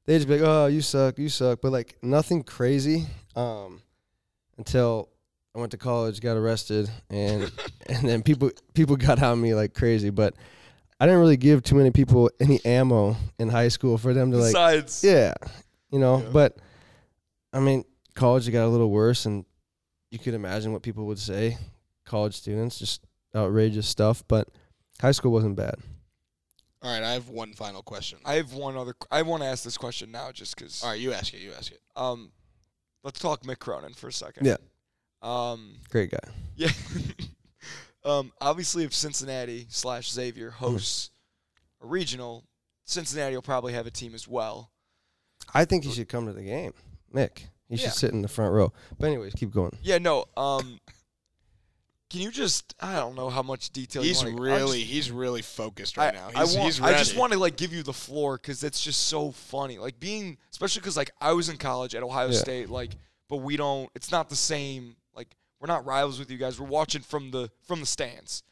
Speaker 4: they just be like, "Oh, you suck, you suck," but like nothing crazy. Um, until I went to college, got arrested, and and then people people got on me like crazy. But I didn't really give too many people any ammo in high school for them to like
Speaker 3: besides,
Speaker 4: yeah, you know.
Speaker 3: Yeah.
Speaker 4: But I mean, college it got a little worse, and you could imagine what people would say. College students, just outrageous stuff. But high school wasn't bad.
Speaker 2: All right, I have one final question.
Speaker 3: I have one other. I want to ask this question now, just because.
Speaker 2: All right, you ask it. You ask it.
Speaker 3: Um, let's talk Mick Cronin for a second.
Speaker 4: Yeah.
Speaker 3: Um.
Speaker 4: Great guy.
Speaker 3: Yeah. um, obviously, if Cincinnati slash Xavier
Speaker 2: Uh-huh.
Speaker 3: hosts a regional, Cincinnati will probably have a team as well.
Speaker 4: I think he should come to the game, Mick. He
Speaker 3: Yeah.
Speaker 4: should sit in the front row. But anyways, keep going.
Speaker 3: Yeah, no. Um, can you just? I don't know how much detail.
Speaker 2: He's
Speaker 3: you wanna,
Speaker 2: really he's really focused
Speaker 3: I,
Speaker 2: right now.
Speaker 3: just- I,
Speaker 2: He's,
Speaker 3: I, want,
Speaker 2: he's
Speaker 3: I
Speaker 2: ready.
Speaker 3: just want to like give you the floor because it's just so funny. Like being, especially because like I was in college at Ohio
Speaker 4: Yeah.
Speaker 3: State. Like, but we don't. It's not the same. Like we're not rivals with you guys. We're watching from the from the stands.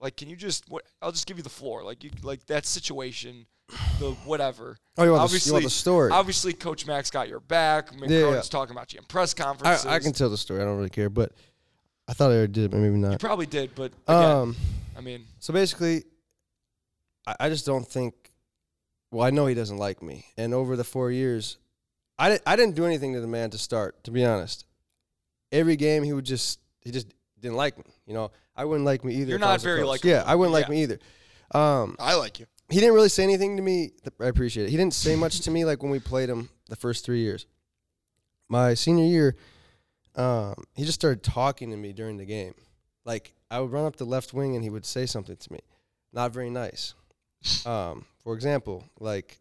Speaker 3: Like, can you just? What I'll just give you the floor. Like you like that situation, the whatever.
Speaker 4: Oh, you want, the, you
Speaker 3: obviously,
Speaker 4: want the story? I,
Speaker 3: obviously, Coach Max got your back. Mick
Speaker 4: Yeah, yeah.
Speaker 3: Cronin's talking about you in press conferences.
Speaker 4: I can tell the story. I don't really care, but I thought I already did, but maybe
Speaker 3: You
Speaker 4: not.
Speaker 3: probably did, but again,
Speaker 4: Um.
Speaker 3: I mean,
Speaker 4: So basically, I, I just don't think. Well, I know he doesn't like me, and over the four years, I didn't. I didn't do anything to the man to start. To be honest, every game he would just he just didn't like me. You know, I wouldn't like me either.
Speaker 3: You're
Speaker 4: if I
Speaker 3: not
Speaker 4: was a
Speaker 3: very
Speaker 4: coach.
Speaker 3: likable.
Speaker 4: Yeah, I wouldn't like
Speaker 3: Yeah.
Speaker 4: me either. Um,
Speaker 2: I like you.
Speaker 4: he didn't really say anything to me. th- I appreciate it. He didn't say much to me like when we played him the first three years. My senior year, um, he just started talking to me during the game. Like I would run up the left wing and he would say something to me, not very nice. Um, for example, like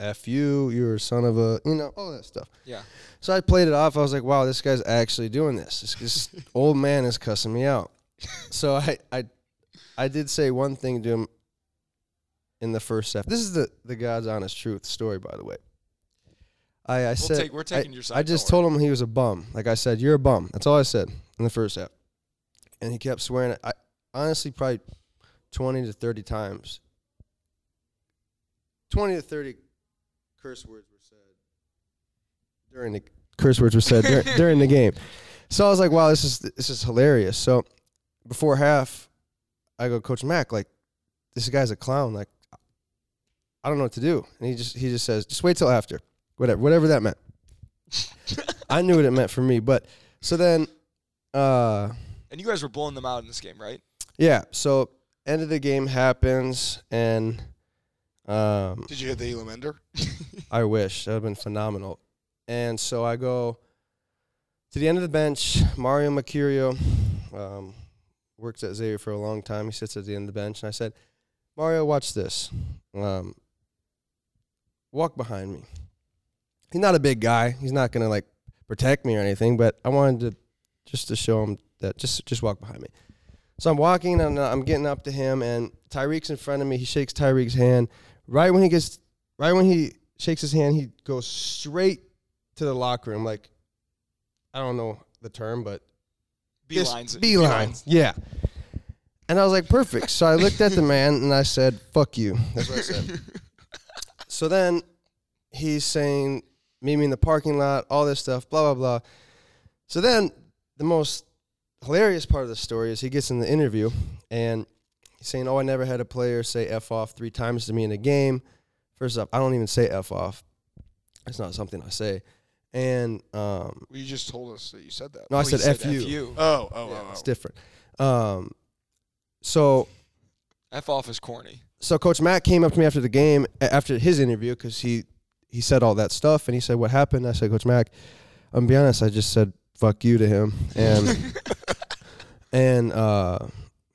Speaker 4: "f you," you're a son of a, you know, all that stuff.
Speaker 3: Yeah.
Speaker 4: So I played it off. I was like, "Wow, this guy's actually doing this. This, this old man is cussing me out." So I, I, I did say one thing to him in the first half. This is the, the God's honest truth story, by the way. I, I
Speaker 3: we'll
Speaker 4: said
Speaker 3: take, we're taking your side.
Speaker 4: I just
Speaker 3: don't worry.
Speaker 4: told him he was a bum. Like I said, you're a bum. That's all I said in the first half. And he kept swearing. I honestly probably twenty to thirty times. Twenty to thirty curse words were said during the curse words were said during, during the game. So I was like, wow, this is this is hilarious. So before half, I go, Coach Mack, like this guy's a clown. Like I don't know what to do. And he just he just says, just wait till after, whatever whatever that meant. I knew what it meant for me, but so then, uh,
Speaker 3: and you guys were blowing them out in this game, right?
Speaker 4: yeah. So end of the game happens, and um,
Speaker 2: Did you hit the Elam Ender?
Speaker 4: I wish that would have been phenomenal. And so I go to the end of the bench. Mario Mercurio um, works at Xavier for a long time. He sits at the end of the bench, and I said, "Mario, watch this. Um, walk behind me." He's not a big guy. He's not gonna like protect me or anything, but I wanted to just to show him that just just walk behind me. So I'm walking and I'm getting up to him, and Tyreek's in front of me. He shakes Tyreek's hand. Right when he gets right when he shakes his hand, he goes straight to the locker room. Like, I don't know the term, but just
Speaker 3: Beelines.
Speaker 4: beelines. Yeah. And I was like, perfect. So I looked at the man and I said, fuck you. That's what I said. so then he's saying, meet me in the parking lot, all this stuff, blah, blah, blah. So then the most hilarious part of the story is he gets in the interview and he's saying, oh, I never had a player say F off three times to me in a game. First off, I don't even say F off. It's not something I say. And um,
Speaker 2: Well, you just told us that you said that.
Speaker 4: no, I
Speaker 3: Oh, he
Speaker 4: said, F, you.
Speaker 3: you.
Speaker 2: Oh, oh,
Speaker 3: Yeah,
Speaker 2: oh,
Speaker 4: It's
Speaker 2: oh.
Speaker 4: different. Um, so
Speaker 3: F off is corny.
Speaker 4: so Coach Matt came up to me after the game, a- after his interview, because he he said all that stuff, and he said, "What happened?" I said, "Coach Mack, I'm gonna be honest, I just said fuck you to him," and and uh,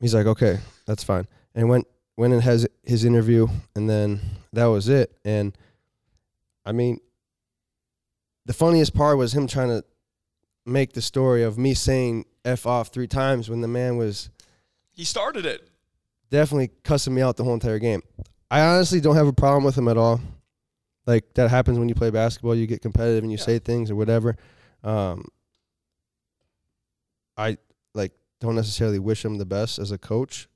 Speaker 4: he's like, okay, that's fine, and went went and has his interview, and then that was it. And I mean, the funniest part was him trying to make the story of me saying "f off" three times when the man was
Speaker 3: He started it.
Speaker 4: definitely cussing me out the whole entire game. I honestly don't have a problem with him at all. Like that happens when you play basketball, you get competitive and you say things or whatever. Um, I like don't necessarily wish him the best as a coach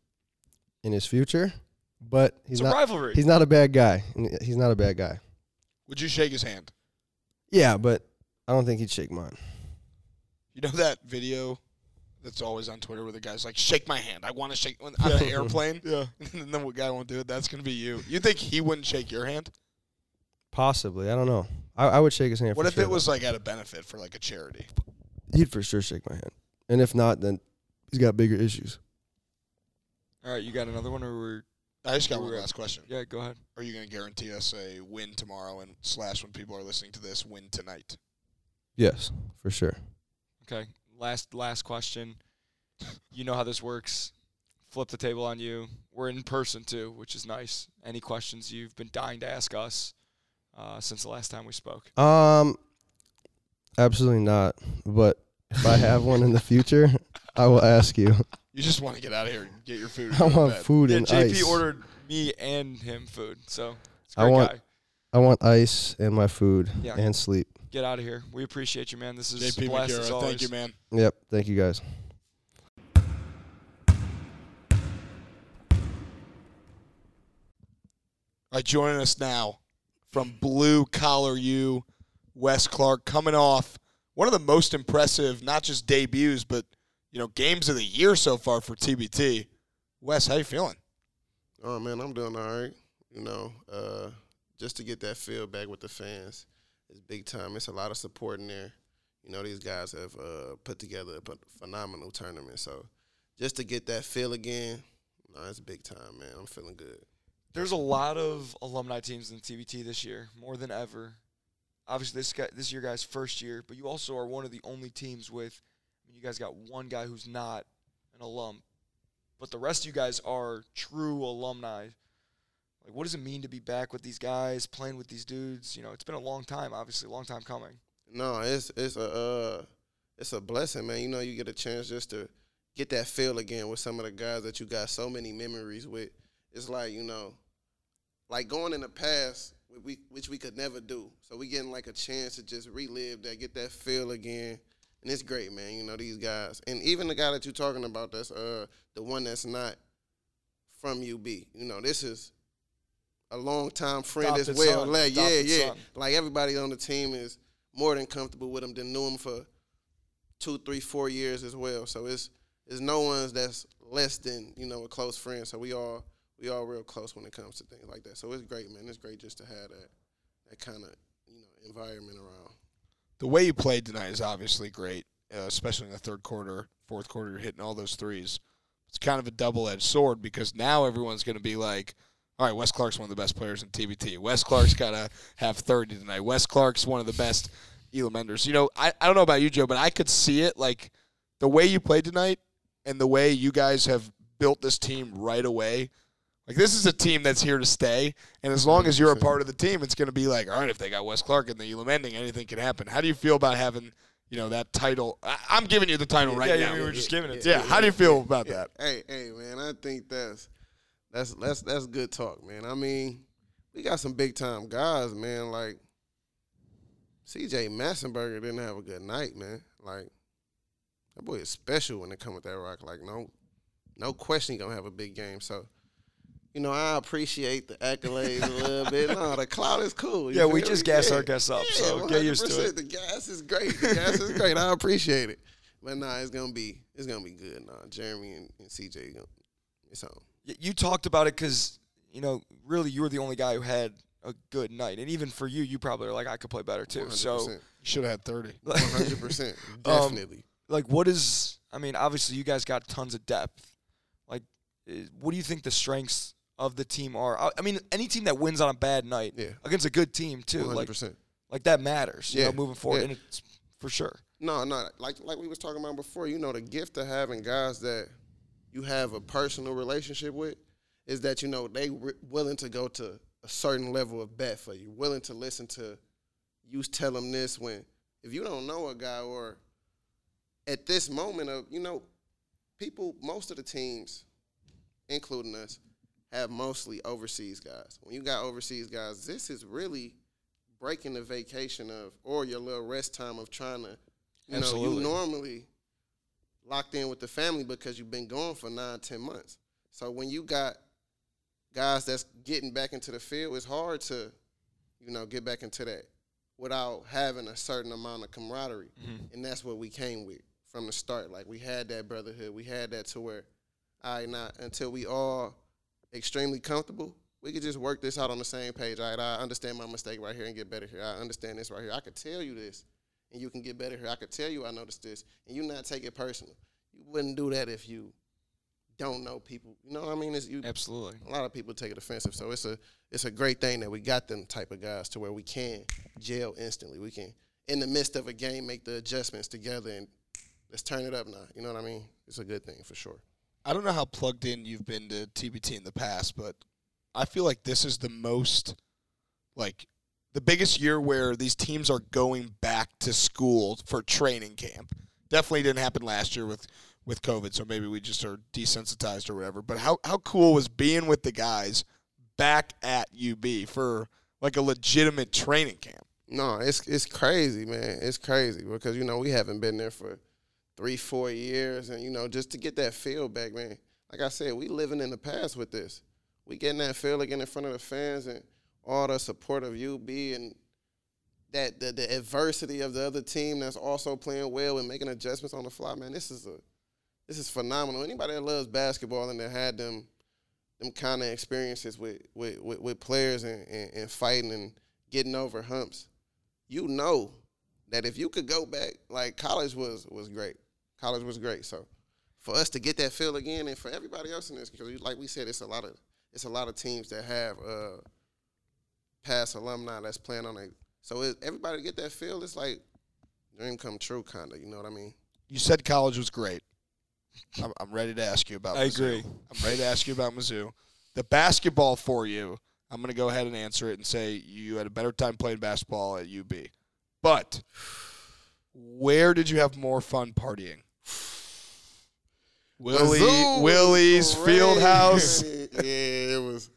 Speaker 4: in his future, but
Speaker 3: it's
Speaker 4: he's
Speaker 3: a
Speaker 4: not
Speaker 3: rivalry.
Speaker 4: he's not a bad guy. and He's not a bad guy.
Speaker 2: Would you shake his hand?
Speaker 4: Yeah, but I don't think he'd shake mine.
Speaker 2: You know that video that's always on Twitter where the guy's like, "Shake my hand. I want to shake on the airplane."
Speaker 3: yeah.
Speaker 2: and then what guy won't do it? That's gonna be you. You think he wouldn't shake your hand?
Speaker 4: Possibly, I don't know. I, I would shake his hand.
Speaker 2: What
Speaker 4: for
Speaker 2: if
Speaker 4: sure,
Speaker 2: it was like at a benefit for like a charity?
Speaker 4: though. He'd for sure shake my hand, and if not, then he's got bigger issues.
Speaker 3: All right, you got another one, or we're
Speaker 2: I just got
Speaker 3: You
Speaker 2: one
Speaker 3: were-
Speaker 2: last question.
Speaker 3: yeah, go ahead.
Speaker 2: Are you gonna guarantee us a win tomorrow and slash when people are listening to this, win tonight?
Speaker 4: Yes, for sure.
Speaker 3: Okay, last last question. You know how this works. Flip the table on you. We're in person too, which is nice. Any questions you've been dying to ask us uh, since the last time we spoke?
Speaker 4: Um, absolutely not. But if I have one in the future, I will ask you.
Speaker 2: You just want to get out of here and get your food. and
Speaker 4: I
Speaker 2: go to
Speaker 4: want
Speaker 2: bed.
Speaker 4: food
Speaker 3: Yeah,
Speaker 4: and
Speaker 3: JP
Speaker 4: ice.
Speaker 3: ordered me and him food, so it's a
Speaker 4: I
Speaker 3: great
Speaker 4: want-
Speaker 3: guy.
Speaker 4: I want ice and my food
Speaker 3: Yeah.
Speaker 4: and sleep.
Speaker 3: Get out of here. We appreciate you, man. This is a
Speaker 2: JP
Speaker 3: blast as
Speaker 2: McCura,
Speaker 3: always.
Speaker 2: thank you, man.
Speaker 4: Yep. Thank you guys.
Speaker 2: All right, Uh, joining us now from Blue Collar U, Wes Clark, coming off one of the most impressive, not just debuts, but you know, games of the year so far for TBT. Wes, how you feeling?
Speaker 5: Oh man, I'm doing all right. You know, uh, just to get that feel back with the fans is big time. It's a lot of support in there. You know, these guys have uh, put together a ph- phenomenal tournament. So just to get that feel again, no, it's big time, man. I'm feeling good.
Speaker 3: There's a lot of alumni teams in the TBT this year, more than ever. Obviously, this guy, this year guy's first year, but you also are one of the only teams with. I mean, you guys got one guy who's not an alum, but the rest of you guys are true alumni. Like, what does it mean to be back with these guys, playing with these dudes? You know, it's been a long time, obviously, a long time coming.
Speaker 5: No, it's it's a uh, it's a blessing, man. You know, you get a chance just to get that feel again with some of the guys that you got so many memories with. It's like you know, like going in the past, wh- we which we could never do. So we getting like a chance to just relive that, get that feel again, and it's great, man. You know these guys, and even the guy that you're talking about, that's uh the one that's not from UB. You know, this is a long time friend
Speaker 3: Adopted
Speaker 5: as well.
Speaker 3: son,
Speaker 5: Like yeah,
Speaker 3: adopted
Speaker 5: yeah,
Speaker 3: son.
Speaker 5: like everybody on the team is more than comfortable with him. Then knew him for two, three, four years as well. So it's it's no one's that's less than you know a close friend. So we all we all real close when it comes to things like that. So it's great, man. It's great just to have that that kind of you know environment around.
Speaker 2: The way you played tonight is obviously great, uh, especially in the third quarter, fourth quarter. You're hitting all those threes. It's kind of a double-edged sword because now everyone's going to be like, "All right, Wes Clark's one of the best players in TBT. Wes Clark's got to have 30 tonight. Wes Clark's one of the best Elam Enders." You know, I, I don't know about you, Joe, but I could see it like the way you played tonight and the way you guys have built this team right away. Like this is a team that's here to stay, and as long as you're a part of the team, it's going to be like, all right, if they got Wes Clark and the Elam ending, anything can happen. How do you feel about having, you know, that title? I, I'm giving you the title right
Speaker 3: yeah,
Speaker 2: now.
Speaker 3: we were just giving it. to
Speaker 2: yeah,
Speaker 3: you.
Speaker 2: how do you feel about that?
Speaker 5: Hey, hey, man, I think that's that's that's that's good talk, man. I mean, we got some big time guys, man. Like CJ Massenberger didn't have a good night, man. Like that boy is special when it comes with that rock. Like no, no question, he gonna have a big game. So. You know, I appreciate the accolades a little bit. No, the cloud is cool. you
Speaker 3: Yeah, we
Speaker 5: feel
Speaker 3: just
Speaker 5: me?
Speaker 3: gas our
Speaker 5: Yeah.
Speaker 3: guests up,
Speaker 5: Yeah,
Speaker 3: so get used to
Speaker 5: 100%.
Speaker 3: it.
Speaker 5: The gas is great. The gas is great. I appreciate it. But nah, it's gonna be it's gonna be good. Nah, Jeremy and, and CJ, gonna, it's on.
Speaker 3: Y- you talked about it because you know really you were the only guy who had a good night and even for you you probably are like i could play better too so
Speaker 2: Should have had 30.
Speaker 5: one hundred percent,
Speaker 3: Um,
Speaker 5: definitely.
Speaker 3: like what is i mean obviously you guys got tons of depth like i- what do you think the strengths of the team are i, I mean any team that wins on a bad night
Speaker 5: Yeah.
Speaker 3: against a good team too
Speaker 5: One hundred
Speaker 3: like
Speaker 5: percent.
Speaker 3: like that matters you
Speaker 5: Yeah,
Speaker 3: know moving forward
Speaker 5: yeah.
Speaker 3: and it's for sure
Speaker 5: No, no, like like we was talking about before. You know, the gift of having guys that you have a personal relationship with is that you know they re- willing to go to a certain level of bet for you, willing to listen to you tell them this when if you don't know a guy or at this moment of you know people most of the teams including us have mostly overseas guys when you got overseas guys this is really breaking the vacation of or your little rest time of trying to you know
Speaker 3: Absolutely.
Speaker 5: you normally locked in with the family because you've been gone for nine ten months so when you got guys that's getting back into the field it's hard to you know get back into that without having a certain amount of camaraderie
Speaker 3: Mm-hmm.
Speaker 5: and that's what we came with from the start like we had that brotherhood we had that to where all right now until we all extremely comfortable we could just work this out on the same page all right i understand my mistake right here and get better here i understand this right here i could tell you this and you can get better here i could tell you i noticed this and you not take it personal you wouldn't do that if you don't know people you know what i mean it's, you,
Speaker 3: Absolutely.
Speaker 5: a lot of people take it offensive. So it's a it's a great thing that we got them type of guys to where we can jail instantly. We can in the midst of a game make the adjustments together and let's turn it up now. You know what I mean? It's a good thing for sure.
Speaker 2: I don't know how plugged in you've been to TBT in the past, but I feel like this is the most, like, the biggest year where these teams are going back to school for training camp. Definitely didn't happen last year with with COVID, so maybe we just are desensitized or whatever. But how how cool was being with the guys back at UB for like a legitimate training camp?
Speaker 5: No, it's it's crazy, man. It's crazy because you know we haven't been there for three, four years, and you know just to get that feel back, man. Like I said, we living in the past with this. We getting that feel again in front of the fans and all the support of UB and that the, the adversity of the other team that's also playing well and making adjustments on the fly, man. This is a this is phenomenal. Anybody that loves basketball and that had them them kind of experiences with with, with, with players and, and, and fighting and getting over humps, you know that if you could go back, like college was was great. College was great. So for us to get that feel again, and for everybody else in this, because like we said, it's a lot of it's a lot of teams that have uh, past alumni that's playing on it. So it, everybody to get that feel, it's like dream come true, kind of. You know what I mean?
Speaker 2: You said college was great. I'm, I'm ready to ask you about.
Speaker 3: I
Speaker 2: Mizzou.
Speaker 3: agree.
Speaker 2: I'm ready to ask you about Mizzou. The basketball for you, I'm going to go ahead and answer it and say you had a better time playing basketball at UB. But where did you have more fun partying? Willie,
Speaker 5: Mizzou was
Speaker 2: Willie's
Speaker 5: great.
Speaker 2: Field House.
Speaker 5: yeah, it was.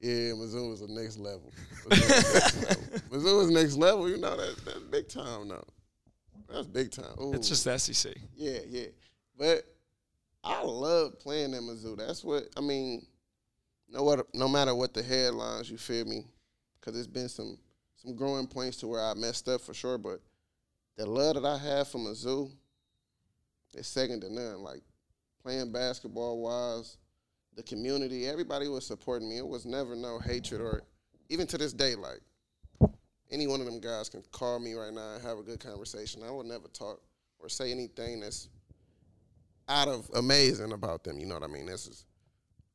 Speaker 5: Yeah, Mizzou was the next level. Mizzou was next level. Mizzou was next level. You know that that's big time now. That's big time. Ooh.
Speaker 3: It's just the E SEC.
Speaker 5: yeah, yeah. But I love playing at Mizzou. That's what I mean. No what, no matter what the headlines, you feel me? Because there's been some some growing points to where I messed up for sure. But the love that I have for Mizzou is second to none. Like playing basketball wise, the community, everybody was supporting me. It was never no hatred or even to this day, like any one of them guys can call me right now and have a good conversation. I would never talk or say anything that's out of amazing about them. You know what I mean? This is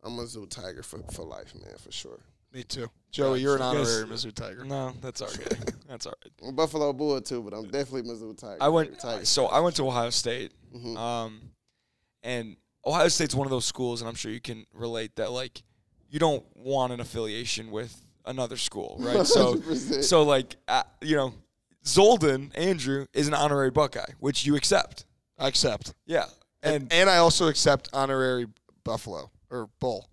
Speaker 5: I'm a zoo tiger for, for life, man, for sure.
Speaker 2: Me too. Joey, you're an
Speaker 3: Yes.
Speaker 2: honorary Mizzou Tiger.
Speaker 3: No, that's all right. that's all right.
Speaker 5: I'm a Buffalo Bull too, but I'm definitely Mizzou Tiger.
Speaker 3: I went.
Speaker 5: Tiger.
Speaker 3: So I went to Ohio State.
Speaker 5: Mhm.
Speaker 3: Um, and Ohio State's one of those schools, and I'm sure you can relate that like you don't want an affiliation with another school, right? So
Speaker 5: 100%.
Speaker 3: so like uh, you know, Zolden Andrew is an honorary Buckeye, which you accept.
Speaker 2: I accept.
Speaker 3: Yeah,
Speaker 2: And,
Speaker 3: and
Speaker 2: and I also accept honorary Buffalo or Bull.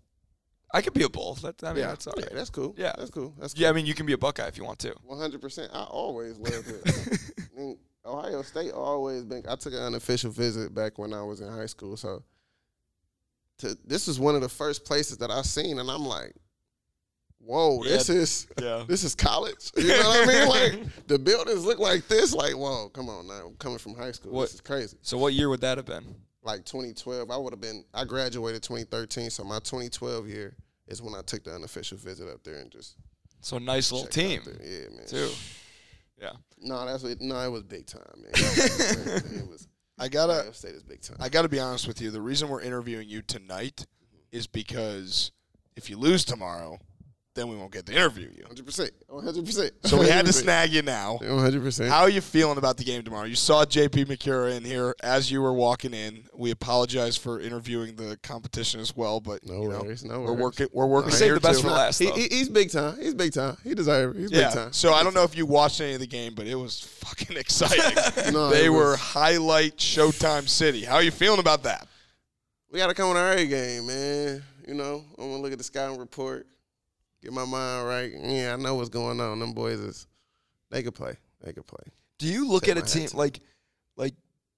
Speaker 3: I could be a bull. That I mean,
Speaker 2: Yeah.
Speaker 3: that's all
Speaker 5: Yeah,
Speaker 3: right.
Speaker 5: that's cool.
Speaker 3: Yeah.
Speaker 5: That's cool. That's cool.
Speaker 3: Yeah, I mean, you can be a Buckeye if you want to.
Speaker 5: One hundred percent. I always loved it. I mean, Ohio State always been. I took an unofficial visit back when I was in high school, so to, this was one of the first places that I seen, and I'm like, "Whoa, this is
Speaker 3: Yeah.
Speaker 5: this is college." You know what I mean? Like the buildings look like this. Like, whoa, come on now. I'm coming from high school.
Speaker 3: What-
Speaker 5: This is crazy.
Speaker 3: So what year would that have been?
Speaker 5: Like 2012, I would have been. I graduated 2013, so my 2012 year is when I took the unofficial visit up there and just
Speaker 3: So nice little
Speaker 5: checked
Speaker 3: team
Speaker 5: out there. Yeah, man.
Speaker 3: too. Yeah.
Speaker 5: No, that's what, no. It was big time, man. it was
Speaker 2: I got to
Speaker 5: Ohio State is big time.
Speaker 2: I got to be honest with you. The reason we're interviewing you tonight is because if you lose tomorrow, then we won't get to interview you.
Speaker 5: Hundred percent. One hundred percent.
Speaker 2: So we had to snag you now.
Speaker 5: One hundred percent.
Speaker 2: How are you feeling about the game tomorrow? You saw JP McCura in here as you were walking in. We apologize for interviewing the competition as well, but
Speaker 5: No
Speaker 2: you know,
Speaker 5: worries. No
Speaker 2: we're
Speaker 5: worries.
Speaker 2: working. We're working.
Speaker 3: We saved
Speaker 2: here
Speaker 3: the best
Speaker 2: too.
Speaker 3: for last.
Speaker 5: He,
Speaker 3: though.
Speaker 5: he- he's big time. He's big time. He deserves. it. He's big
Speaker 2: Yeah.
Speaker 5: time.
Speaker 2: So I don't know if you watched any of the game, but it was fucking exciting.
Speaker 5: No,
Speaker 2: they
Speaker 5: it
Speaker 2: were
Speaker 5: was-
Speaker 2: highlight Showtime City. How are you feeling about that?
Speaker 5: We gotta come on our A game, man. You know, I'm gonna look at the scouting report, get my mind right. Yeah, I know what's going on. Them boys is they could play. They could play.
Speaker 3: Do you look at
Speaker 5: Take
Speaker 3: a
Speaker 5: my hat
Speaker 3: team
Speaker 5: to-
Speaker 3: like like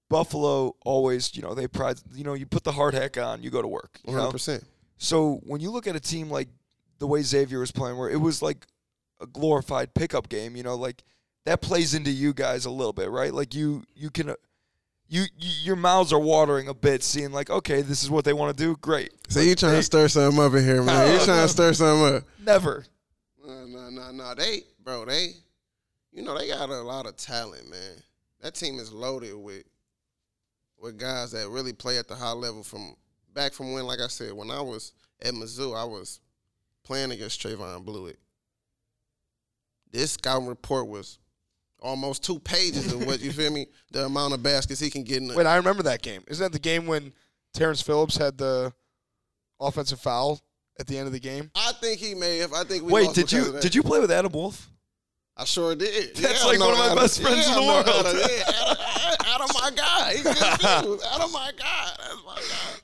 Speaker 3: Buffalo always, you know, they pride you know, you put the hard hat on, you go to work. You
Speaker 5: One hundred
Speaker 3: know?
Speaker 5: percent.
Speaker 3: So when you look at a team like the way Xavier was playing where it was like a glorified pickup game, you know, like that plays into you guys a little bit, right? Like you you can uh, you, you your mouths are watering a bit seeing like okay, this is what they want to do. Great.
Speaker 5: See, you trying to stir something up in here, man. You trying to stir something up.
Speaker 3: Never.
Speaker 5: No, no, no, no. They, bro, they, you know, they got a lot of talent, man. That team is loaded with with guys that really play at the high level from back from when, like I said, when I was at Mizzou, I was playing against Trayvon Blewett. This scouting report was almost two pages of what you feel me. The amount of baskets he can get in. The,
Speaker 2: Wait, I remember that game. Isn't that the game when Terrence Phillips had the offensive foul at the end of the game?
Speaker 5: I think he may have. I think we
Speaker 3: Wait,
Speaker 5: lost
Speaker 3: did
Speaker 5: because
Speaker 3: you
Speaker 5: of that.
Speaker 3: did you play with Adam Wolf?
Speaker 5: I sure did.
Speaker 3: That's
Speaker 5: Yeah,
Speaker 3: like
Speaker 5: I know
Speaker 3: one of my
Speaker 5: Adam.
Speaker 3: best friends in
Speaker 5: I
Speaker 3: the
Speaker 5: know
Speaker 3: world.
Speaker 5: Adam, yeah, Adam, Adam, my guy. He's good peoples. Adam, my guy. That's my guy.
Speaker 3: Oh,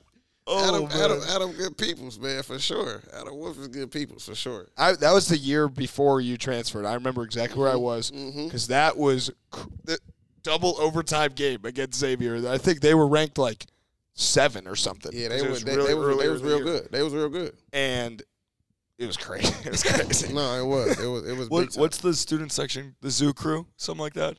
Speaker 2: Oh,
Speaker 5: Adam, Adam, Adam, good peoples, man, for sure. Adam Wolf is good peoples, for sure.
Speaker 2: I, that was the year before you transferred. I remember exactly where I was because
Speaker 5: mhm.
Speaker 2: that was cr- the double overtime game against Xavier. I think they were ranked like seven or something.
Speaker 5: Yeah,
Speaker 2: 'cause
Speaker 5: they
Speaker 2: it
Speaker 5: were.
Speaker 2: was
Speaker 5: They,
Speaker 2: really
Speaker 5: they was,
Speaker 2: early
Speaker 5: they
Speaker 2: in
Speaker 5: was
Speaker 2: the
Speaker 5: real
Speaker 2: year.
Speaker 5: good. They was real good.
Speaker 2: and it was crazy. it was crazy.
Speaker 5: No, it was. It was. It was. big
Speaker 3: What,
Speaker 5: time.
Speaker 3: what's the student section? The zoo crew? Something like that?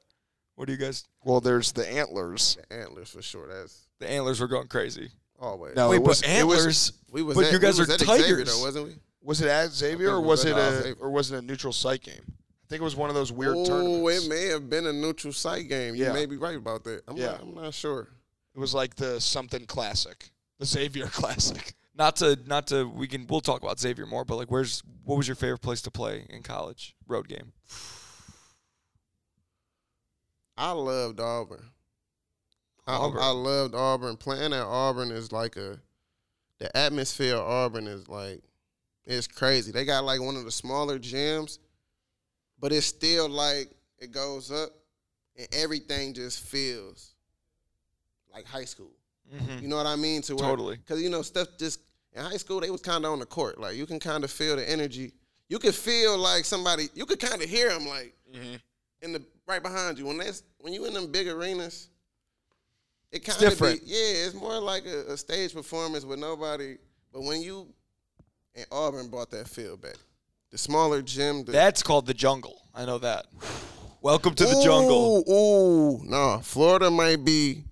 Speaker 3: What do you guys
Speaker 2: Well, there's the antlers.
Speaker 5: the antlers for sure? That's
Speaker 3: the antlers were going crazy.
Speaker 5: always.
Speaker 2: No,
Speaker 3: Wait,
Speaker 2: Oh, it was
Speaker 3: but
Speaker 2: it was-
Speaker 3: antlers.
Speaker 5: we was.
Speaker 3: but
Speaker 5: at,
Speaker 3: you guys
Speaker 5: we was
Speaker 3: are
Speaker 5: at Xavier,
Speaker 3: Tigers.
Speaker 5: though, wasn't we?
Speaker 2: Was it at Xavier
Speaker 5: I
Speaker 2: or
Speaker 5: think it
Speaker 2: was
Speaker 5: was
Speaker 2: it
Speaker 5: at
Speaker 2: a
Speaker 5: Xavier.
Speaker 2: or was it a neutral site game? I think it was one of those weird
Speaker 5: oh,
Speaker 2: tournaments.
Speaker 5: it
Speaker 2: It,
Speaker 5: may have been a neutral site game. You
Speaker 2: Yeah.
Speaker 5: may be right about that. I'm,
Speaker 2: Yeah.
Speaker 5: not, I'm not sure.
Speaker 2: was like the something classic, the Xavier Classic.
Speaker 3: Not to not to we can we'll talk about Xavier more, but like where's what was your favorite place to play in college? Road game.
Speaker 5: I loved Auburn. I,
Speaker 3: Auburn.
Speaker 5: I loved Auburn. Playing at Auburn is like a the atmosphere of Auburn is like it's crazy. They got like one of the smaller gyms, but it's still like it goes up and everything just feels like high school.
Speaker 2: Mm-hmm.
Speaker 5: You know what I mean? To
Speaker 3: Mm. Totally.
Speaker 5: because you know stuff just in high school they was kind of on the court. Like you can kind of feel the energy. You could feel like somebody. You could kind of hear them like
Speaker 3: Mm-hmm.
Speaker 5: in the right behind you. When that's when you in them big arenas, it kind of
Speaker 2: different.
Speaker 5: Be, yeah, it's more like a, a stage performance with nobody. But when you and Auburn brought that feel back, the smaller gym. The,
Speaker 3: That's called the jungle. I know that. Welcome to the
Speaker 5: Ooh,
Speaker 3: jungle.
Speaker 5: Ooh, no, Florida might be.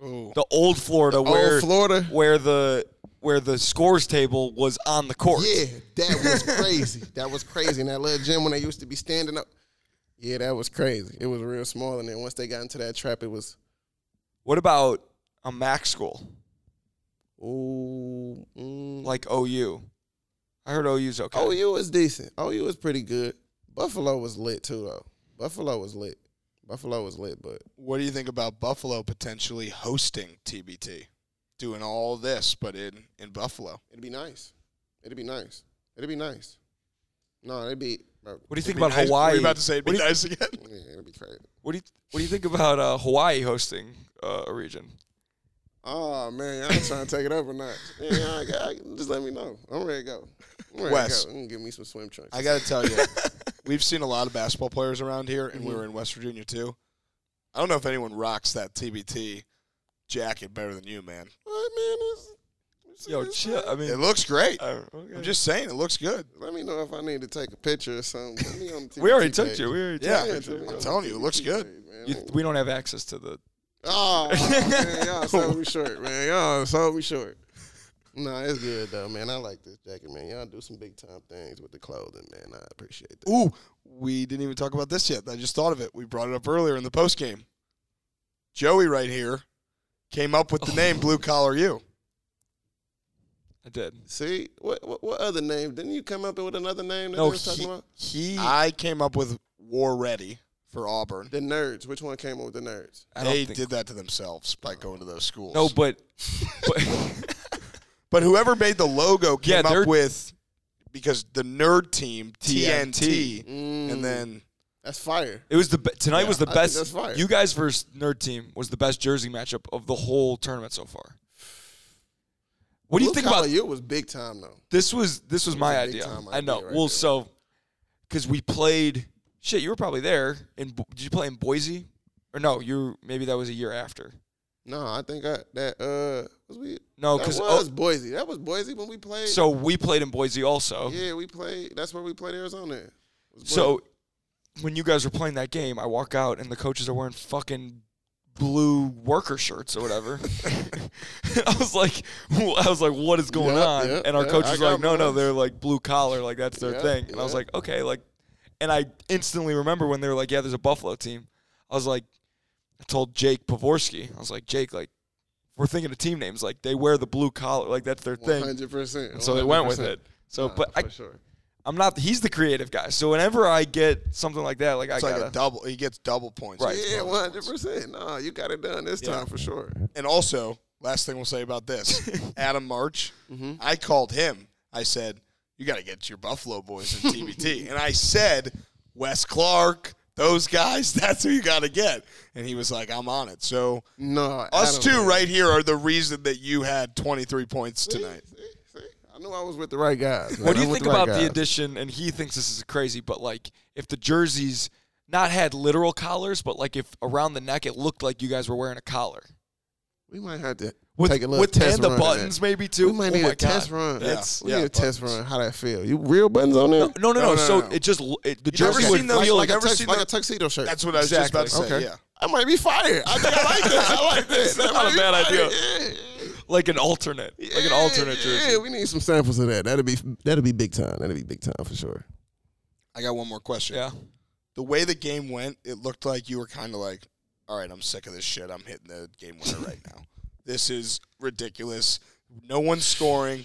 Speaker 3: The old Florida where
Speaker 5: old Florida.
Speaker 3: where the where the scores table was on the court.
Speaker 5: Yeah, that was crazy. that was crazy. And that little gym when they used to be standing up. Yeah, that was crazy. It was real small. And then once they got into that trap, it was
Speaker 3: What about a Mac school?
Speaker 5: ooh. Mm.
Speaker 3: Like OU. I heard OU's okay.
Speaker 5: OU was decent. OU was pretty good. Buffalo was lit too though. Buffalo was lit. Buffalo was lit, but
Speaker 2: What do you think about Buffalo potentially hosting TBT, doing all this but in in Buffalo?
Speaker 5: it'd be nice. It'd be nice. It'd be nice. No, it'd be. Bro,
Speaker 3: What do you think
Speaker 2: Be
Speaker 3: about
Speaker 2: nice-
Speaker 3: Hawaii?
Speaker 2: Were you about to say it'd be
Speaker 3: What do you-
Speaker 2: nice again?
Speaker 5: yeah, it'd be crazy.
Speaker 3: What do you What do you think about uh, Hawaii hosting uh, a region?
Speaker 5: Oh man, I'm trying to take it up a notch. Yeah, I, I, just let me know. I'm ready to go. I'm ready
Speaker 2: Wes.
Speaker 5: to go. Mm, give me some swim trunks.
Speaker 2: I got to tell you, we've seen a lot of basketball players around here, and we were in West Virginia too. I don't know if anyone rocks that TBT jacket better than you, man.
Speaker 5: What man it's- it's-
Speaker 3: Yo,
Speaker 5: it's
Speaker 3: chill. I mean,
Speaker 2: It looks great.
Speaker 3: I- okay.
Speaker 2: I'm just saying, it looks good.
Speaker 5: Let me know if I need to take a picture or something. Put me on the
Speaker 3: we already
Speaker 5: TBT
Speaker 3: took
Speaker 5: page.
Speaker 3: you. We already
Speaker 2: Yeah,
Speaker 3: took you.
Speaker 2: I'm telling you, it looks good.
Speaker 5: Man,
Speaker 3: You- we don't have access to the.
Speaker 5: Oh man, y'all sold me short, man. Y'all sold me short. Nah, it's good though, man. I like this jacket, man. Y'all do some big time things with the clothing, man. I appreciate that.
Speaker 2: Ooh, we didn't even talk about this yet. I just thought of it. We brought it up earlier in the post game.
Speaker 3: Oh.
Speaker 2: Joey right here came up with the name Blue Collar U.
Speaker 3: I did.
Speaker 5: See what, what what other name? Didn't you come up with another name that
Speaker 2: No,
Speaker 5: they was talking
Speaker 2: he,
Speaker 5: about?
Speaker 2: he. I came up with war ready for Auburn.
Speaker 5: The nerds. Which one came up with the nerds?
Speaker 3: I don't
Speaker 2: They
Speaker 3: think-
Speaker 2: did that to themselves by going to those schools.
Speaker 3: No, but, but
Speaker 2: but whoever made the logo
Speaker 3: Yeah,
Speaker 2: came
Speaker 3: they're-
Speaker 2: up with because the nerd team
Speaker 3: TNT.
Speaker 2: TNT,
Speaker 5: Mm,
Speaker 2: and then
Speaker 5: that's fire.
Speaker 3: it was the be- tonight was the
Speaker 5: I think that's
Speaker 3: best.
Speaker 5: fire.
Speaker 3: You guys versus nerd team was the best jersey matchup of the whole tournament so far. What do you
Speaker 5: Blue
Speaker 3: think
Speaker 5: Collar
Speaker 3: about
Speaker 5: Year was big time though.
Speaker 3: this? Was this was
Speaker 5: It was
Speaker 3: my
Speaker 5: a big
Speaker 3: idea?
Speaker 5: time
Speaker 3: I know.
Speaker 5: idea right
Speaker 3: well,
Speaker 5: there.
Speaker 3: so because we played shit, you were probably there. In Bo- did you play in Boise or no? You were- maybe that was a year after.
Speaker 5: No, I think I that uh was we
Speaker 3: No,
Speaker 5: that
Speaker 3: because
Speaker 5: was Boise. That was Boise when we played.
Speaker 3: Oh, so we played in Boise also.
Speaker 5: yeah, we played. That's where we played Arizona. It was Boise.
Speaker 3: So when you guys were playing that game, I walk out and the coaches are wearing fucking blue worker shirts or whatever. I was like, I was like, what is going
Speaker 5: Yeah,
Speaker 3: on?
Speaker 5: yeah,
Speaker 3: and our
Speaker 5: yeah,
Speaker 3: coaches
Speaker 5: I
Speaker 3: were like,
Speaker 5: got
Speaker 3: no, no,
Speaker 5: mine.
Speaker 3: they're like blue collar, like that's their
Speaker 5: Yeah,
Speaker 3: thing. And I was
Speaker 5: yeah.
Speaker 3: like, okay, like, and I instantly remember when they were like, yeah, there's a Buffalo team. I was like, I told Jake Pavorsky, I was like, Jake, like, we're thinking of team names, like they wear the blue collar, like that's their thing.
Speaker 5: 100%.
Speaker 3: And so they went with
Speaker 5: 100%.
Speaker 3: it. So,
Speaker 5: Nah,
Speaker 3: but I,
Speaker 5: for sure.
Speaker 3: I'm not. He's the creative guy. So whenever I get something like that, like I
Speaker 2: it's like
Speaker 3: gotta.
Speaker 2: a double. He gets double points.
Speaker 3: Right.
Speaker 5: Yeah, one hundred percent. No, you got it done this
Speaker 3: Yeah.
Speaker 5: time for sure.
Speaker 2: And also, last thing we'll say about this, Adam March.
Speaker 5: Mm-hmm.
Speaker 2: I called him. I said, "You got to get your Buffalo boys in TBT." and I said, "Wes Clark, those guys. That's who you got to get." And he was like, "I'm on it." So
Speaker 5: No,
Speaker 2: us
Speaker 5: Adam,
Speaker 2: two
Speaker 5: man.
Speaker 2: right here are the reason that you had 23 points
Speaker 5: See,
Speaker 2: tonight.
Speaker 5: see, see? I knew I was with the right guys. man.
Speaker 3: what do
Speaker 5: I'm
Speaker 3: you
Speaker 5: with
Speaker 3: think
Speaker 5: right
Speaker 3: about the
Speaker 5: guys.
Speaker 3: addition? And he thinks this is crazy, but like if the jerseys not had literal collars, but like if around the neck it looked like you guys were wearing a collar
Speaker 5: We might have to
Speaker 3: with
Speaker 5: take a little
Speaker 3: with
Speaker 5: test
Speaker 3: and the
Speaker 5: run of that.
Speaker 3: buttons maybe too.
Speaker 5: We might
Speaker 3: Oh
Speaker 5: need
Speaker 3: my
Speaker 5: a test
Speaker 3: God.
Speaker 5: run.
Speaker 3: That's-
Speaker 5: we
Speaker 2: yeah,
Speaker 5: need a test run. How that feel? You real buttons on there?
Speaker 3: No, no, no.
Speaker 2: No, no,
Speaker 3: so
Speaker 2: no.
Speaker 3: it just l- it, the
Speaker 2: You never
Speaker 3: jersey
Speaker 2: seen
Speaker 3: would
Speaker 2: those-
Speaker 3: feel
Speaker 5: like
Speaker 2: I've
Speaker 5: a
Speaker 2: never
Speaker 5: tux-
Speaker 2: seen
Speaker 5: like
Speaker 2: the-
Speaker 5: a tuxedo shirt.
Speaker 2: That's what I was just about to
Speaker 5: Exactly.
Speaker 2: say.
Speaker 5: Okay.
Speaker 2: Yeah.
Speaker 5: I might be fired. I think I like this. I like this.
Speaker 3: That's
Speaker 5: That
Speaker 3: not
Speaker 5: might
Speaker 3: a
Speaker 5: be
Speaker 3: bad
Speaker 5: fire.
Speaker 3: like an alternate,
Speaker 5: Yeah.
Speaker 3: like an alternate jersey.
Speaker 5: Yeah, we need some samples of that. That'd be that'd be big time. That'd be big time for sure.
Speaker 2: I got one more question.
Speaker 3: yeah.
Speaker 2: The way the game went, it looked like you were kind of like, "All right, I'm sick of this shit. I'm hitting the game winner right now. This is ridiculous. No one's scoring.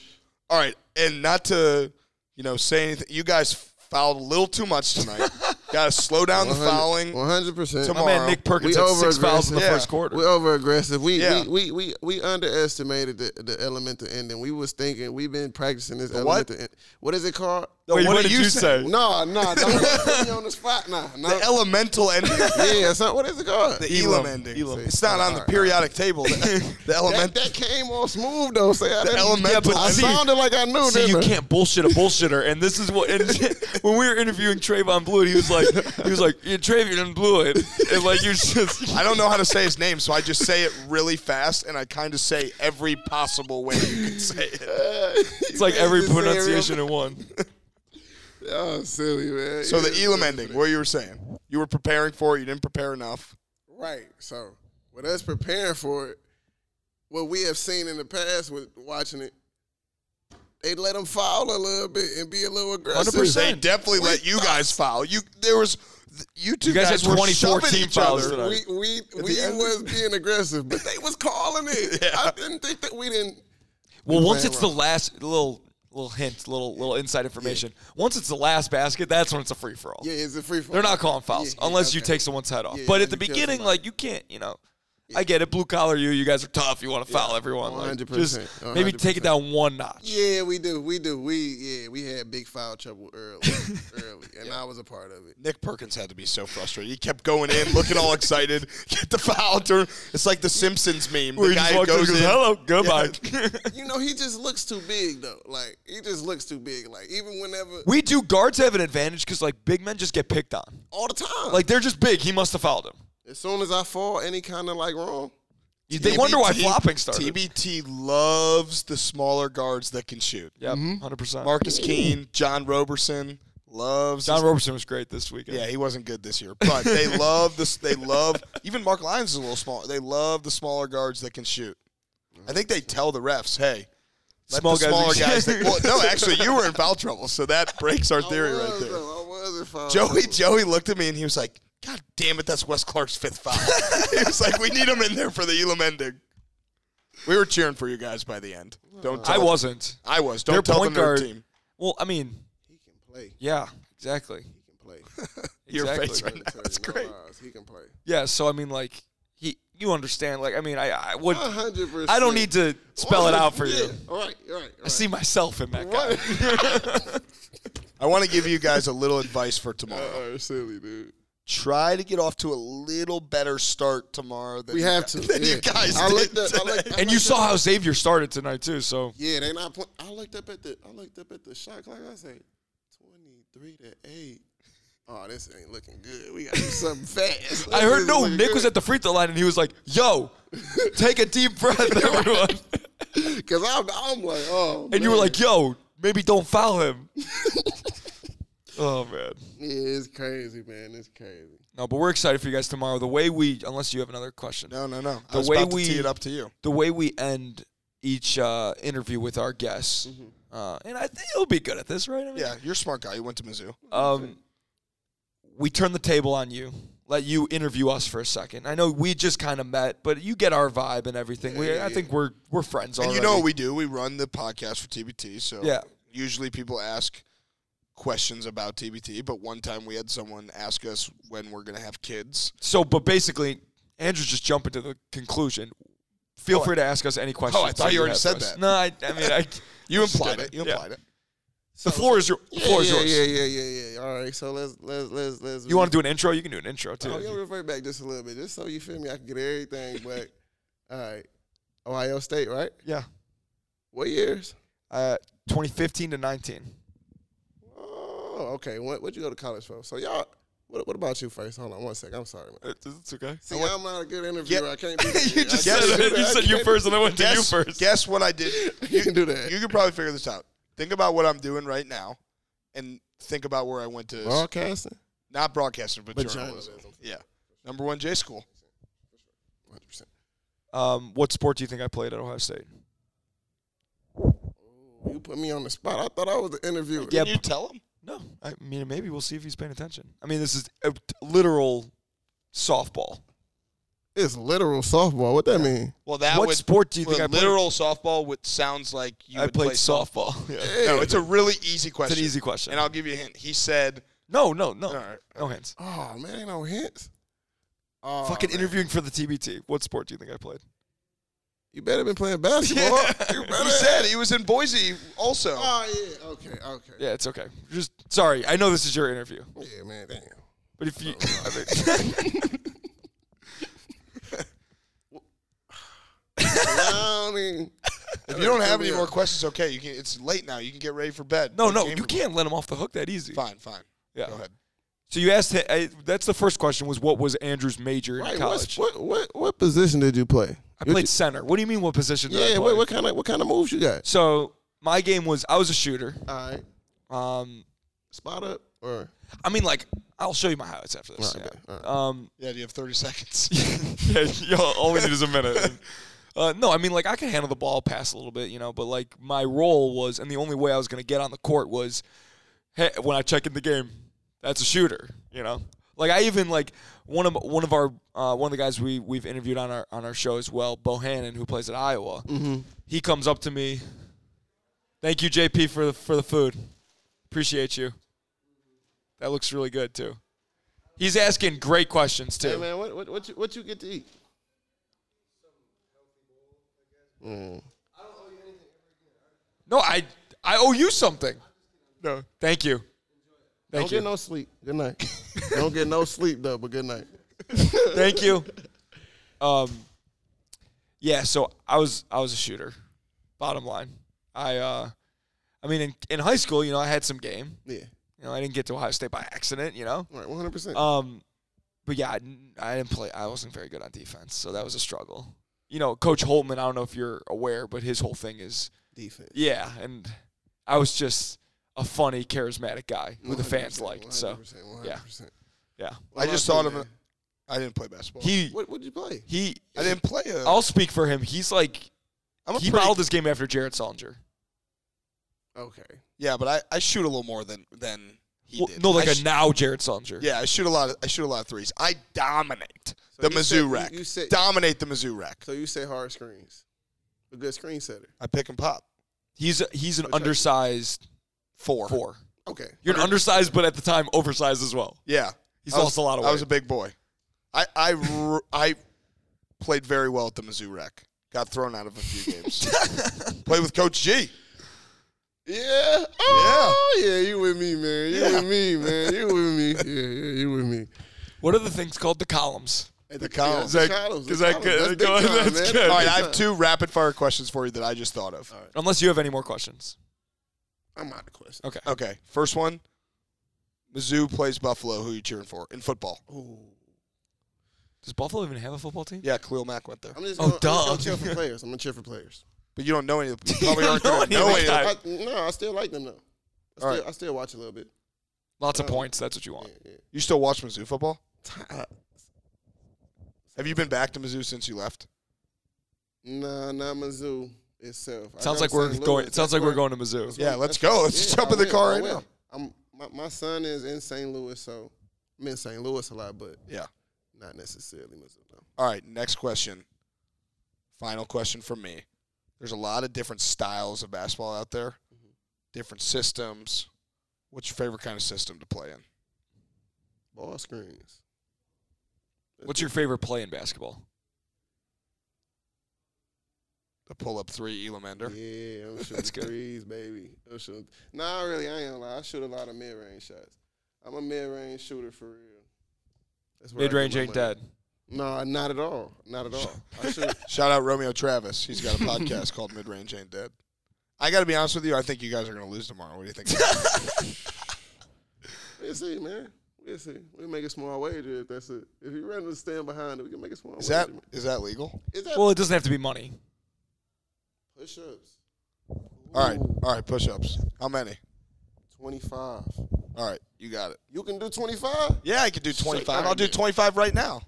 Speaker 2: All right, and not to, you know, say anything. You guys fouled a little too much tonight. got to slow down the fouling.
Speaker 5: One hundred percent.
Speaker 2: Tomorrow.
Speaker 3: My man Nick Perkins
Speaker 5: We
Speaker 3: had six fouls in
Speaker 5: over-aggressive.
Speaker 3: the
Speaker 2: Yeah.
Speaker 3: first quarter.
Speaker 5: We're over aggressive. We,
Speaker 2: Yeah.
Speaker 5: we, we we we underestimated the, the elemental ending. We was thinking we've been practicing this
Speaker 2: what?
Speaker 5: elemental. End. What is it called?
Speaker 3: Wait, what, did you say?
Speaker 5: No, no, don't put me on the spot. Nah, nah.
Speaker 2: The elemental ending.
Speaker 5: yeah, so what is it called?
Speaker 2: The
Speaker 3: Elam.
Speaker 2: Elam, ending.
Speaker 3: Elam.
Speaker 2: It's not on the periodic table. The, the
Speaker 5: that,
Speaker 2: element.
Speaker 5: that came all smooth though. Say I didn't-
Speaker 2: elemental.
Speaker 3: Yeah, but
Speaker 5: I
Speaker 3: see-
Speaker 5: sounded like I knew.
Speaker 3: See,
Speaker 5: didn't
Speaker 3: you
Speaker 5: I?
Speaker 3: can't bullshit a bullshitter, and this is what. And when we were interviewing Trayvon Blewett, he was like, he was like, yeah, Trayvon Blewett, and like you're just.
Speaker 2: I don't know how to say his name, so I just say it really fast, and I kind of say every possible way you can say it.
Speaker 3: It's like every pronunciation in one.
Speaker 5: Oh, silly man.
Speaker 2: So the
Speaker 3: E-
Speaker 5: Yeah.
Speaker 2: Elam ending, what you were saying, you were preparing for it, you didn't prepare enough.
Speaker 5: Right. So with us preparing for it, what we have seen in the past with watching it, they let them foul a little bit and be a little aggressive.
Speaker 3: 100%.
Speaker 2: They definitely let you guys foul. You there was you two
Speaker 3: You guys
Speaker 2: guys,
Speaker 3: had
Speaker 2: were
Speaker 3: 24
Speaker 2: shoving
Speaker 3: team
Speaker 2: each
Speaker 3: fouls
Speaker 2: other.
Speaker 3: tonight.
Speaker 5: We we we
Speaker 2: end-
Speaker 5: was being aggressive, but they was calling it.
Speaker 2: Yeah.
Speaker 5: I didn't think that we didn't.
Speaker 3: Well, once
Speaker 5: ran
Speaker 3: it's the last little little hint, little little inside information. Once it's the last basket, that's when it's a free for all.
Speaker 5: Yeah, it's a free.
Speaker 3: They're not calling fouls unless you take someone's head off.
Speaker 5: Yeah,
Speaker 3: but
Speaker 5: yeah,
Speaker 3: at the
Speaker 5: you kill
Speaker 3: beginning,
Speaker 5: somebody.
Speaker 3: like you can't, you know. I get it, blue collar. You, you guys are tough. You want to foul everyone. Like, just
Speaker 5: 100%,
Speaker 3: maybe take it down one notch.
Speaker 5: Yeah, we do. We do. We yeah, we had big foul trouble early, early, and I was a part of it.
Speaker 2: Nick Perkins had to be so frustrated. He kept going in, looking all excited, get the foul. Turn. It's like the Simpsons meme.
Speaker 3: Where
Speaker 2: the
Speaker 3: he just
Speaker 2: guy
Speaker 3: walks in and
Speaker 2: goes in.
Speaker 3: goes, "Hello, goodbye."
Speaker 5: You know, he just looks too big though. Like he just looks too big. Like even whenever
Speaker 3: We do guards have an advantage because like big men just get picked on.
Speaker 5: all the time.
Speaker 3: Like they're just big. He must have fouled him.
Speaker 5: As soon as I fall any kind of like wrong,
Speaker 3: They wonder why
Speaker 2: TBT
Speaker 3: flopping started.
Speaker 2: TBT loves the smaller guards that can shoot.
Speaker 3: Yeah, 100 percent.
Speaker 2: Marcus Keene, John Roberson loves.
Speaker 3: John Robertson was great this weekend.
Speaker 2: yeah, he wasn't good this year, but they love this. They love even Mark Lyons is a little small. They love the smaller guards that can shoot. I think they tell the refs, "Hey, let
Speaker 3: Small
Speaker 2: the
Speaker 3: guys
Speaker 2: smaller
Speaker 3: can
Speaker 2: guys."
Speaker 3: shoot.
Speaker 2: That, well, no, actually, you were in foul trouble, so that breaks our theory
Speaker 5: I
Speaker 2: right
Speaker 5: was,
Speaker 2: there.
Speaker 3: uh,
Speaker 5: Though, I was in foul
Speaker 2: Joey
Speaker 5: trouble.
Speaker 2: Joey looked at me and he was like, "God damn it, that's Wes Clark's fifth foul." he was like, "We need him in there for the Elam ending." We were cheering for you guys by the end. Don't tell
Speaker 3: I wasn't.
Speaker 2: I was.
Speaker 3: Their
Speaker 2: Don't tell them
Speaker 3: point
Speaker 2: their
Speaker 3: guard-
Speaker 2: team.
Speaker 3: Well, I mean,
Speaker 5: He can play.
Speaker 3: yeah, exactly.
Speaker 5: He can play.
Speaker 2: Your
Speaker 3: exactly.
Speaker 2: face right
Speaker 5: Let me
Speaker 2: now.
Speaker 5: tell you,
Speaker 2: That's
Speaker 5: no
Speaker 2: great.
Speaker 5: lies. He can play.
Speaker 3: Yeah, so I mean, like he, you understand? Like I mean, I, I would.
Speaker 5: A hundred percent.
Speaker 3: I don't need to spell it out for you.
Speaker 5: Yeah. All right, all right. All right.
Speaker 3: I see myself in that guy.
Speaker 2: I want to give you guys a little advice for tomorrow.
Speaker 5: Uh, silly dude.
Speaker 2: Try to get off to a little better start tomorrow than
Speaker 5: We
Speaker 2: you
Speaker 5: have
Speaker 2: guys-
Speaker 5: to.
Speaker 2: Than
Speaker 5: yeah.
Speaker 2: you guys
Speaker 5: I
Speaker 2: did
Speaker 5: looked up. I
Speaker 2: today.
Speaker 5: looked, I
Speaker 3: And you
Speaker 5: looked
Speaker 3: saw
Speaker 5: up-
Speaker 3: how Xavier started tonight too. So
Speaker 5: Yeah, they not. Point, I looked up at the. I looked up at the shot clock. I said, twenty three to eight. Oh, this ain't looking good. We got to do something fast.
Speaker 3: I heard no. Nick was at the free throw line and he was like, "Yo, take a deep breath, everyone."
Speaker 5: because I'm, I'm like, oh,
Speaker 3: And you were
Speaker 5: man.
Speaker 3: like, "Yo, maybe don't foul him." oh man.
Speaker 5: yeah, it's crazy, man. It's crazy.
Speaker 3: No, but we're excited for you guys tomorrow. The way we, unless you have another question,
Speaker 2: No, no, no. I
Speaker 3: The
Speaker 2: was
Speaker 3: way
Speaker 2: about to
Speaker 3: we-
Speaker 2: tee it up to you.
Speaker 3: the way we end each uh, interview with our guests, uh, and I think you'll be good at this, right? I mean,
Speaker 2: Mm-hmm. Yeah, you're a smart guy. You went to Mizzou.
Speaker 3: Um, we turn the table on you. Let you interview us for a second. I know we just kind of met, but you get our vibe and everything. we, I think we're we're friends
Speaker 2: And
Speaker 3: already.
Speaker 2: you know what we do? We run the podcast for TBT. So
Speaker 3: Yeah.
Speaker 2: usually people ask questions about TBT, but one time we had someone ask us when we're going to have kids.
Speaker 3: so, but basically, Andrew's just jumping to the conclusion. Feel
Speaker 2: Oh, I-
Speaker 3: free to ask us any questions.
Speaker 2: thought
Speaker 3: that
Speaker 2: you already
Speaker 3: have
Speaker 2: said
Speaker 3: for us.
Speaker 2: that.
Speaker 3: No, I, I mean, I,
Speaker 2: You
Speaker 3: I just
Speaker 2: implied
Speaker 3: did
Speaker 2: it. You
Speaker 3: Yeah.
Speaker 2: implied it.
Speaker 3: The floor is your floor is
Speaker 5: yeah,
Speaker 3: yours.
Speaker 5: yeah, yeah, yeah, yeah. All right, so let's let's let's let's.
Speaker 3: You want to do an intro? You can do an intro too.
Speaker 5: Oh, yeah, revert back just a little bit, just so you feel me. I can get everything back. All right, Ohio State, right?
Speaker 3: yeah.
Speaker 5: What years?
Speaker 3: Uh, 2015 to 19.
Speaker 5: Oh, okay. What would you go to college for? So y'all, what, what about you first? Hold on one second. I'm sorry,
Speaker 2: Uh,
Speaker 5: man.
Speaker 3: It's okay.
Speaker 5: See, I'm not a good interviewer. I can't do that.
Speaker 3: you just said
Speaker 5: I can't do
Speaker 3: it.
Speaker 5: that.
Speaker 3: you
Speaker 5: I
Speaker 3: said you
Speaker 5: can't-
Speaker 3: first, and I went to you
Speaker 2: Guess,
Speaker 3: first.
Speaker 2: guess what I did?
Speaker 5: You can do that.
Speaker 2: You can probably figure this out. Think about what I'm doing right now and think about where I went to.
Speaker 5: Broadcasting.
Speaker 2: Not broadcasting, but,
Speaker 5: But
Speaker 2: journalism.
Speaker 5: journalism.
Speaker 2: Yeah. Number one J school.
Speaker 5: 100%.
Speaker 3: Um, what sport do you think I played at Ohio State?
Speaker 5: You put me on the spot. I thought I was the interviewer.
Speaker 3: Yeah,
Speaker 2: Can you tell them?
Speaker 3: No, I mean maybe we'll see if he's paying attention. I mean this is a t- literal softball.
Speaker 5: It's literal softball. What that mean?
Speaker 2: Well, that
Speaker 3: what
Speaker 2: would.
Speaker 3: sport do you think
Speaker 2: well,
Speaker 3: I played?
Speaker 2: literal softball would, sounds like you
Speaker 3: I
Speaker 2: would
Speaker 3: played
Speaker 2: play
Speaker 3: softball. Yeah.
Speaker 2: No, it's a really easy question.
Speaker 3: It's an easy question.
Speaker 2: And I'll give you a hint. He said,
Speaker 3: no, no, no,
Speaker 2: All right.
Speaker 3: no hands.
Speaker 5: Oh man, ain't no hints. Oh,
Speaker 3: Fucking
Speaker 5: man.
Speaker 3: interviewing for the TBT. What sport do you think I played?
Speaker 5: You better been playing basketball. You better.
Speaker 2: he said he was in Boise also.
Speaker 5: Oh yeah. Okay. Okay.
Speaker 3: Yeah, it's okay. Just sorry. I know this is your interview,
Speaker 5: Yeah, man. Damn.
Speaker 3: but if you,
Speaker 5: Oh, Clowning.
Speaker 2: if you don't have any
Speaker 5: Yeah.
Speaker 2: more questions, okay. You can. It's late now. You can get ready for bed.
Speaker 3: no,
Speaker 2: The
Speaker 3: no,
Speaker 2: game
Speaker 3: you
Speaker 2: tomorrow.
Speaker 3: can't let him off the hook that easy.
Speaker 2: Fine, fine.
Speaker 3: Yeah.
Speaker 2: Go ahead.
Speaker 3: So you asked. hi- I, that's the first question. Was what was Andrew's major in
Speaker 5: Right,
Speaker 3: college?
Speaker 5: what's- what what what position did you play?
Speaker 3: I played center. What do you mean? What position? Did I
Speaker 5: Yeah,
Speaker 3: play?
Speaker 5: what, what kind of what kind of moves you got?
Speaker 3: So my game was I was a shooter.
Speaker 5: All right,
Speaker 3: Um,
Speaker 5: spot up or
Speaker 3: I mean, like I'll show you my highlights after this.
Speaker 5: Alright,
Speaker 3: yeah.
Speaker 5: alright.
Speaker 3: Um,
Speaker 2: Yeah, do you have 30 seconds?
Speaker 3: yeah, yo, all we need is a minute. Uh, no, I mean, like I could handle the ball, pass a little bit, you know, but like my role was, and the only way I was going to get on the court was, hey, when I check in the game, that's a shooter, you know. Like I even like one of one of our uh, one of the guys we we've interviewed on our on our show as well, Bohannon, who plays at Iowa. He comes up to me. Thank you, JP, for the for the food. Appreciate you. That looks really good too. He's asking great questions too.
Speaker 5: hey man, what what what you, what you get to eat?
Speaker 3: No, I I owe you something. No, thank you.
Speaker 5: Don't
Speaker 3: Thank
Speaker 5: get
Speaker 3: you.
Speaker 5: no sleep. Good night. Don't get no sleep though, but good night.
Speaker 3: thank you. Um, yeah. So I was I was a shooter. Bottom line, I uh, I mean in, in high school, you know, I had some game.
Speaker 5: Yeah,
Speaker 3: You know, I didn't get to Ohio State by accident. You know.
Speaker 5: all right, one hundred percent.
Speaker 3: Um, but yeah, I, didn't- I didn't play. I wasn't very good on defense, so that was a struggle. You know, Coach Holtman. I don't know if you're aware, but his whole thing is
Speaker 5: Defense.
Speaker 3: yeah, and I was just a funny, charismatic guy who the fans liked. So
Speaker 5: 100%,
Speaker 3: yeah.
Speaker 5: 100%.
Speaker 3: yeah.
Speaker 2: I just
Speaker 5: Well,
Speaker 2: thought of
Speaker 5: yeah.
Speaker 2: it. I didn't play basketball.
Speaker 3: He Oh.
Speaker 5: What would you play?
Speaker 3: he.
Speaker 2: I didn't play. A,
Speaker 3: I'll speak for him. He's like
Speaker 2: I'm a
Speaker 3: he
Speaker 2: pretty,
Speaker 3: modeled his game after Jared Solinger.
Speaker 5: Okay,
Speaker 2: Yeah, but I, I shoot a little more than than he
Speaker 3: Well,
Speaker 2: did.
Speaker 3: no, like
Speaker 2: I
Speaker 3: a
Speaker 2: sh-
Speaker 3: now Jared Solinger.
Speaker 2: Yeah, I shoot a lot. Of, I shoot a lot of threes. I dominate
Speaker 5: So
Speaker 2: the
Speaker 5: you
Speaker 2: Mizzou
Speaker 5: said- you-
Speaker 2: rack.
Speaker 5: you said-
Speaker 2: dominate the Mizzou rack.
Speaker 5: so you say hard screens. a good screen setter.
Speaker 2: I pick and pop.
Speaker 3: He's a, he's an
Speaker 5: Which I-
Speaker 3: undersized four. Four.
Speaker 5: Okay.
Speaker 3: You're an undersized, but at the time oversized as well.
Speaker 2: Yeah,
Speaker 3: He's
Speaker 2: I was-
Speaker 3: lost a lot of weight.
Speaker 2: I was a big boy. I I r- I played very well at the Mizzou rec. Got thrown out of a few games. Played with Coach G.
Speaker 5: Yeah. Oh, yeah. You with me, man. You
Speaker 2: Yeah.
Speaker 5: with me, man. You with me. Yeah, yeah. You with me.
Speaker 3: what are the things called the columns?
Speaker 5: The
Speaker 2: columns.
Speaker 5: Yeah,
Speaker 2: Is
Speaker 5: the
Speaker 2: that-
Speaker 5: columns.
Speaker 3: is
Speaker 5: the
Speaker 3: that
Speaker 5: columns.
Speaker 3: good?
Speaker 5: That's big
Speaker 3: Good.
Speaker 5: time,
Speaker 3: That's
Speaker 5: man.
Speaker 3: good.
Speaker 2: All right,
Speaker 5: big
Speaker 2: I have
Speaker 5: time.
Speaker 2: two rapid fire questions for you that I just thought of.
Speaker 3: Unless you have any more questions.
Speaker 5: I'm out of question.
Speaker 3: Okay.
Speaker 2: Okay, first one. Mizzou plays Buffalo. Who you cheering for in football?
Speaker 3: Does Buffalo even have a football team?
Speaker 2: Yeah, Khalil Mack went there,
Speaker 5: I'm just
Speaker 3: Oh,
Speaker 5: gonna, I'm just
Speaker 3: duh.
Speaker 5: gonna cheer for players. I'm gonna cheer for players.
Speaker 2: but you don't know any. Of the, you probably aren't
Speaker 3: You
Speaker 2: gonna
Speaker 3: don't know
Speaker 2: know any.
Speaker 3: any of
Speaker 2: of
Speaker 3: the
Speaker 2: the-
Speaker 3: guys.
Speaker 5: I, no, I still like them though. I still,
Speaker 2: All right.
Speaker 5: I still watch a little bit.
Speaker 3: Lots of
Speaker 2: Uh,
Speaker 5: No.
Speaker 3: points. That's what you want.
Speaker 5: Yeah,
Speaker 2: You still watch Mizzou football?
Speaker 5: yeah.
Speaker 2: Have you been back to Mizzou since you left?
Speaker 5: Nah, nah, Mizzou itself. I
Speaker 3: Sounds
Speaker 5: go
Speaker 3: like
Speaker 5: to
Speaker 3: we're
Speaker 5: St.
Speaker 3: going.
Speaker 5: Louis.
Speaker 3: It sounds like
Speaker 5: That's
Speaker 3: we're going
Speaker 5: where-
Speaker 3: to Mizzou.
Speaker 2: Yeah,
Speaker 5: where-
Speaker 2: let's
Speaker 5: that's-
Speaker 2: go. Let's just
Speaker 5: yeah,
Speaker 2: jump
Speaker 5: I
Speaker 2: in the
Speaker 5: will,
Speaker 2: car
Speaker 5: I
Speaker 2: right
Speaker 5: will.
Speaker 2: now.
Speaker 5: I'm my, my son is in St. Louis, so I'm in St. Louis a lot, but
Speaker 2: Yeah.
Speaker 5: not necessarily Mizzou. No.
Speaker 2: All right, next question. Final question from me. There's a lot of different styles of basketball out there, different systems. What's your favorite kind of system to play in?
Speaker 5: Ball screens.
Speaker 3: What's your favorite play in basketball?
Speaker 2: The pull up three, Elam Ender.
Speaker 5: Yeah, I'm shooting
Speaker 3: That's good.
Speaker 5: threes, baby. I'm shooting. Nah, really, I ain't gonna lie. I shoot a lot of mid range shots. I'm a mid range shooter for real. That's where I
Speaker 3: Mid
Speaker 5: get
Speaker 3: range
Speaker 5: my
Speaker 3: ain't
Speaker 5: money.
Speaker 3: dead.
Speaker 5: No, not at all. Not at all. I shoot.
Speaker 2: Shout out Romeo Travis. He's got a podcast called Mid Range Ain't Dead. I got to be honest with you. I think you guys are going to lose tomorrow. What do you think?
Speaker 5: We'll see, man. We'll see. We'll make a small wager if that's it. If you're ready to stand behind it, we can make a small
Speaker 2: is that
Speaker 5: wager. man.
Speaker 2: is that legal?
Speaker 5: Is that
Speaker 3: Well, it doesn't have to be money.
Speaker 5: push ups?
Speaker 2: All right, all right. Push ups. How many?
Speaker 5: 25.
Speaker 2: All right, you got it.
Speaker 5: You can do 25?
Speaker 2: Yeah, I could do
Speaker 5: Shut
Speaker 2: 25.
Speaker 5: down,
Speaker 2: I'll do
Speaker 5: dude.
Speaker 2: 25 right now.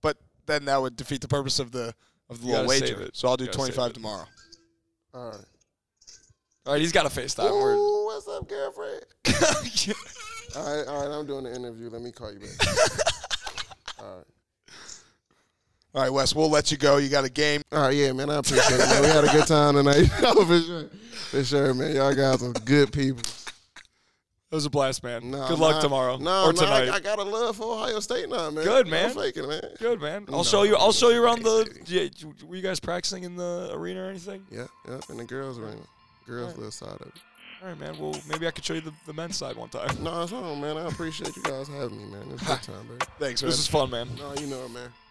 Speaker 2: But then that would defeat the purpose of the of the
Speaker 3: You
Speaker 2: little
Speaker 3: gotta save
Speaker 2: wager.
Speaker 3: it.
Speaker 2: So I'll do
Speaker 3: You gotta save
Speaker 2: 25
Speaker 3: it.
Speaker 2: tomorrow.
Speaker 5: All right.
Speaker 3: All right, he's got a FaceTime. We're-
Speaker 5: Ooh, what's up, girlfriend? All right, all right. I'm doing the interview. Let me call you back. all right.
Speaker 2: All right, Wes, we'll let you go. You got a game.
Speaker 5: All right, Oh, yeah, man. I appreciate it. Man. We had a good time tonight. oh, for sure, for sure, man. Y'all guys are good people.
Speaker 3: It was a blast, man.
Speaker 5: No,
Speaker 3: Good luck
Speaker 5: nah,
Speaker 3: tomorrow
Speaker 5: No,
Speaker 3: or
Speaker 5: no, I-
Speaker 3: tonight.
Speaker 5: I, got a love for Ohio State now, man.
Speaker 3: Good,
Speaker 5: No
Speaker 3: man.
Speaker 5: faking, man.
Speaker 3: Good man. I'll
Speaker 5: No,
Speaker 3: show you. I'll
Speaker 5: no,
Speaker 3: show you around the.
Speaker 5: baby.
Speaker 3: Yeah, you- were you guys practicing in the arena or anything?
Speaker 5: Yeah, yeah. And the girls ring. Girls little side of it.
Speaker 3: All right, man. Well, maybe I could show you the, the men's side one time.
Speaker 5: No, it's on, man. I appreciate you guys having me, man. It's good time, man.
Speaker 2: Thanks, man.
Speaker 3: This is fun, man.
Speaker 5: No, you know it, man.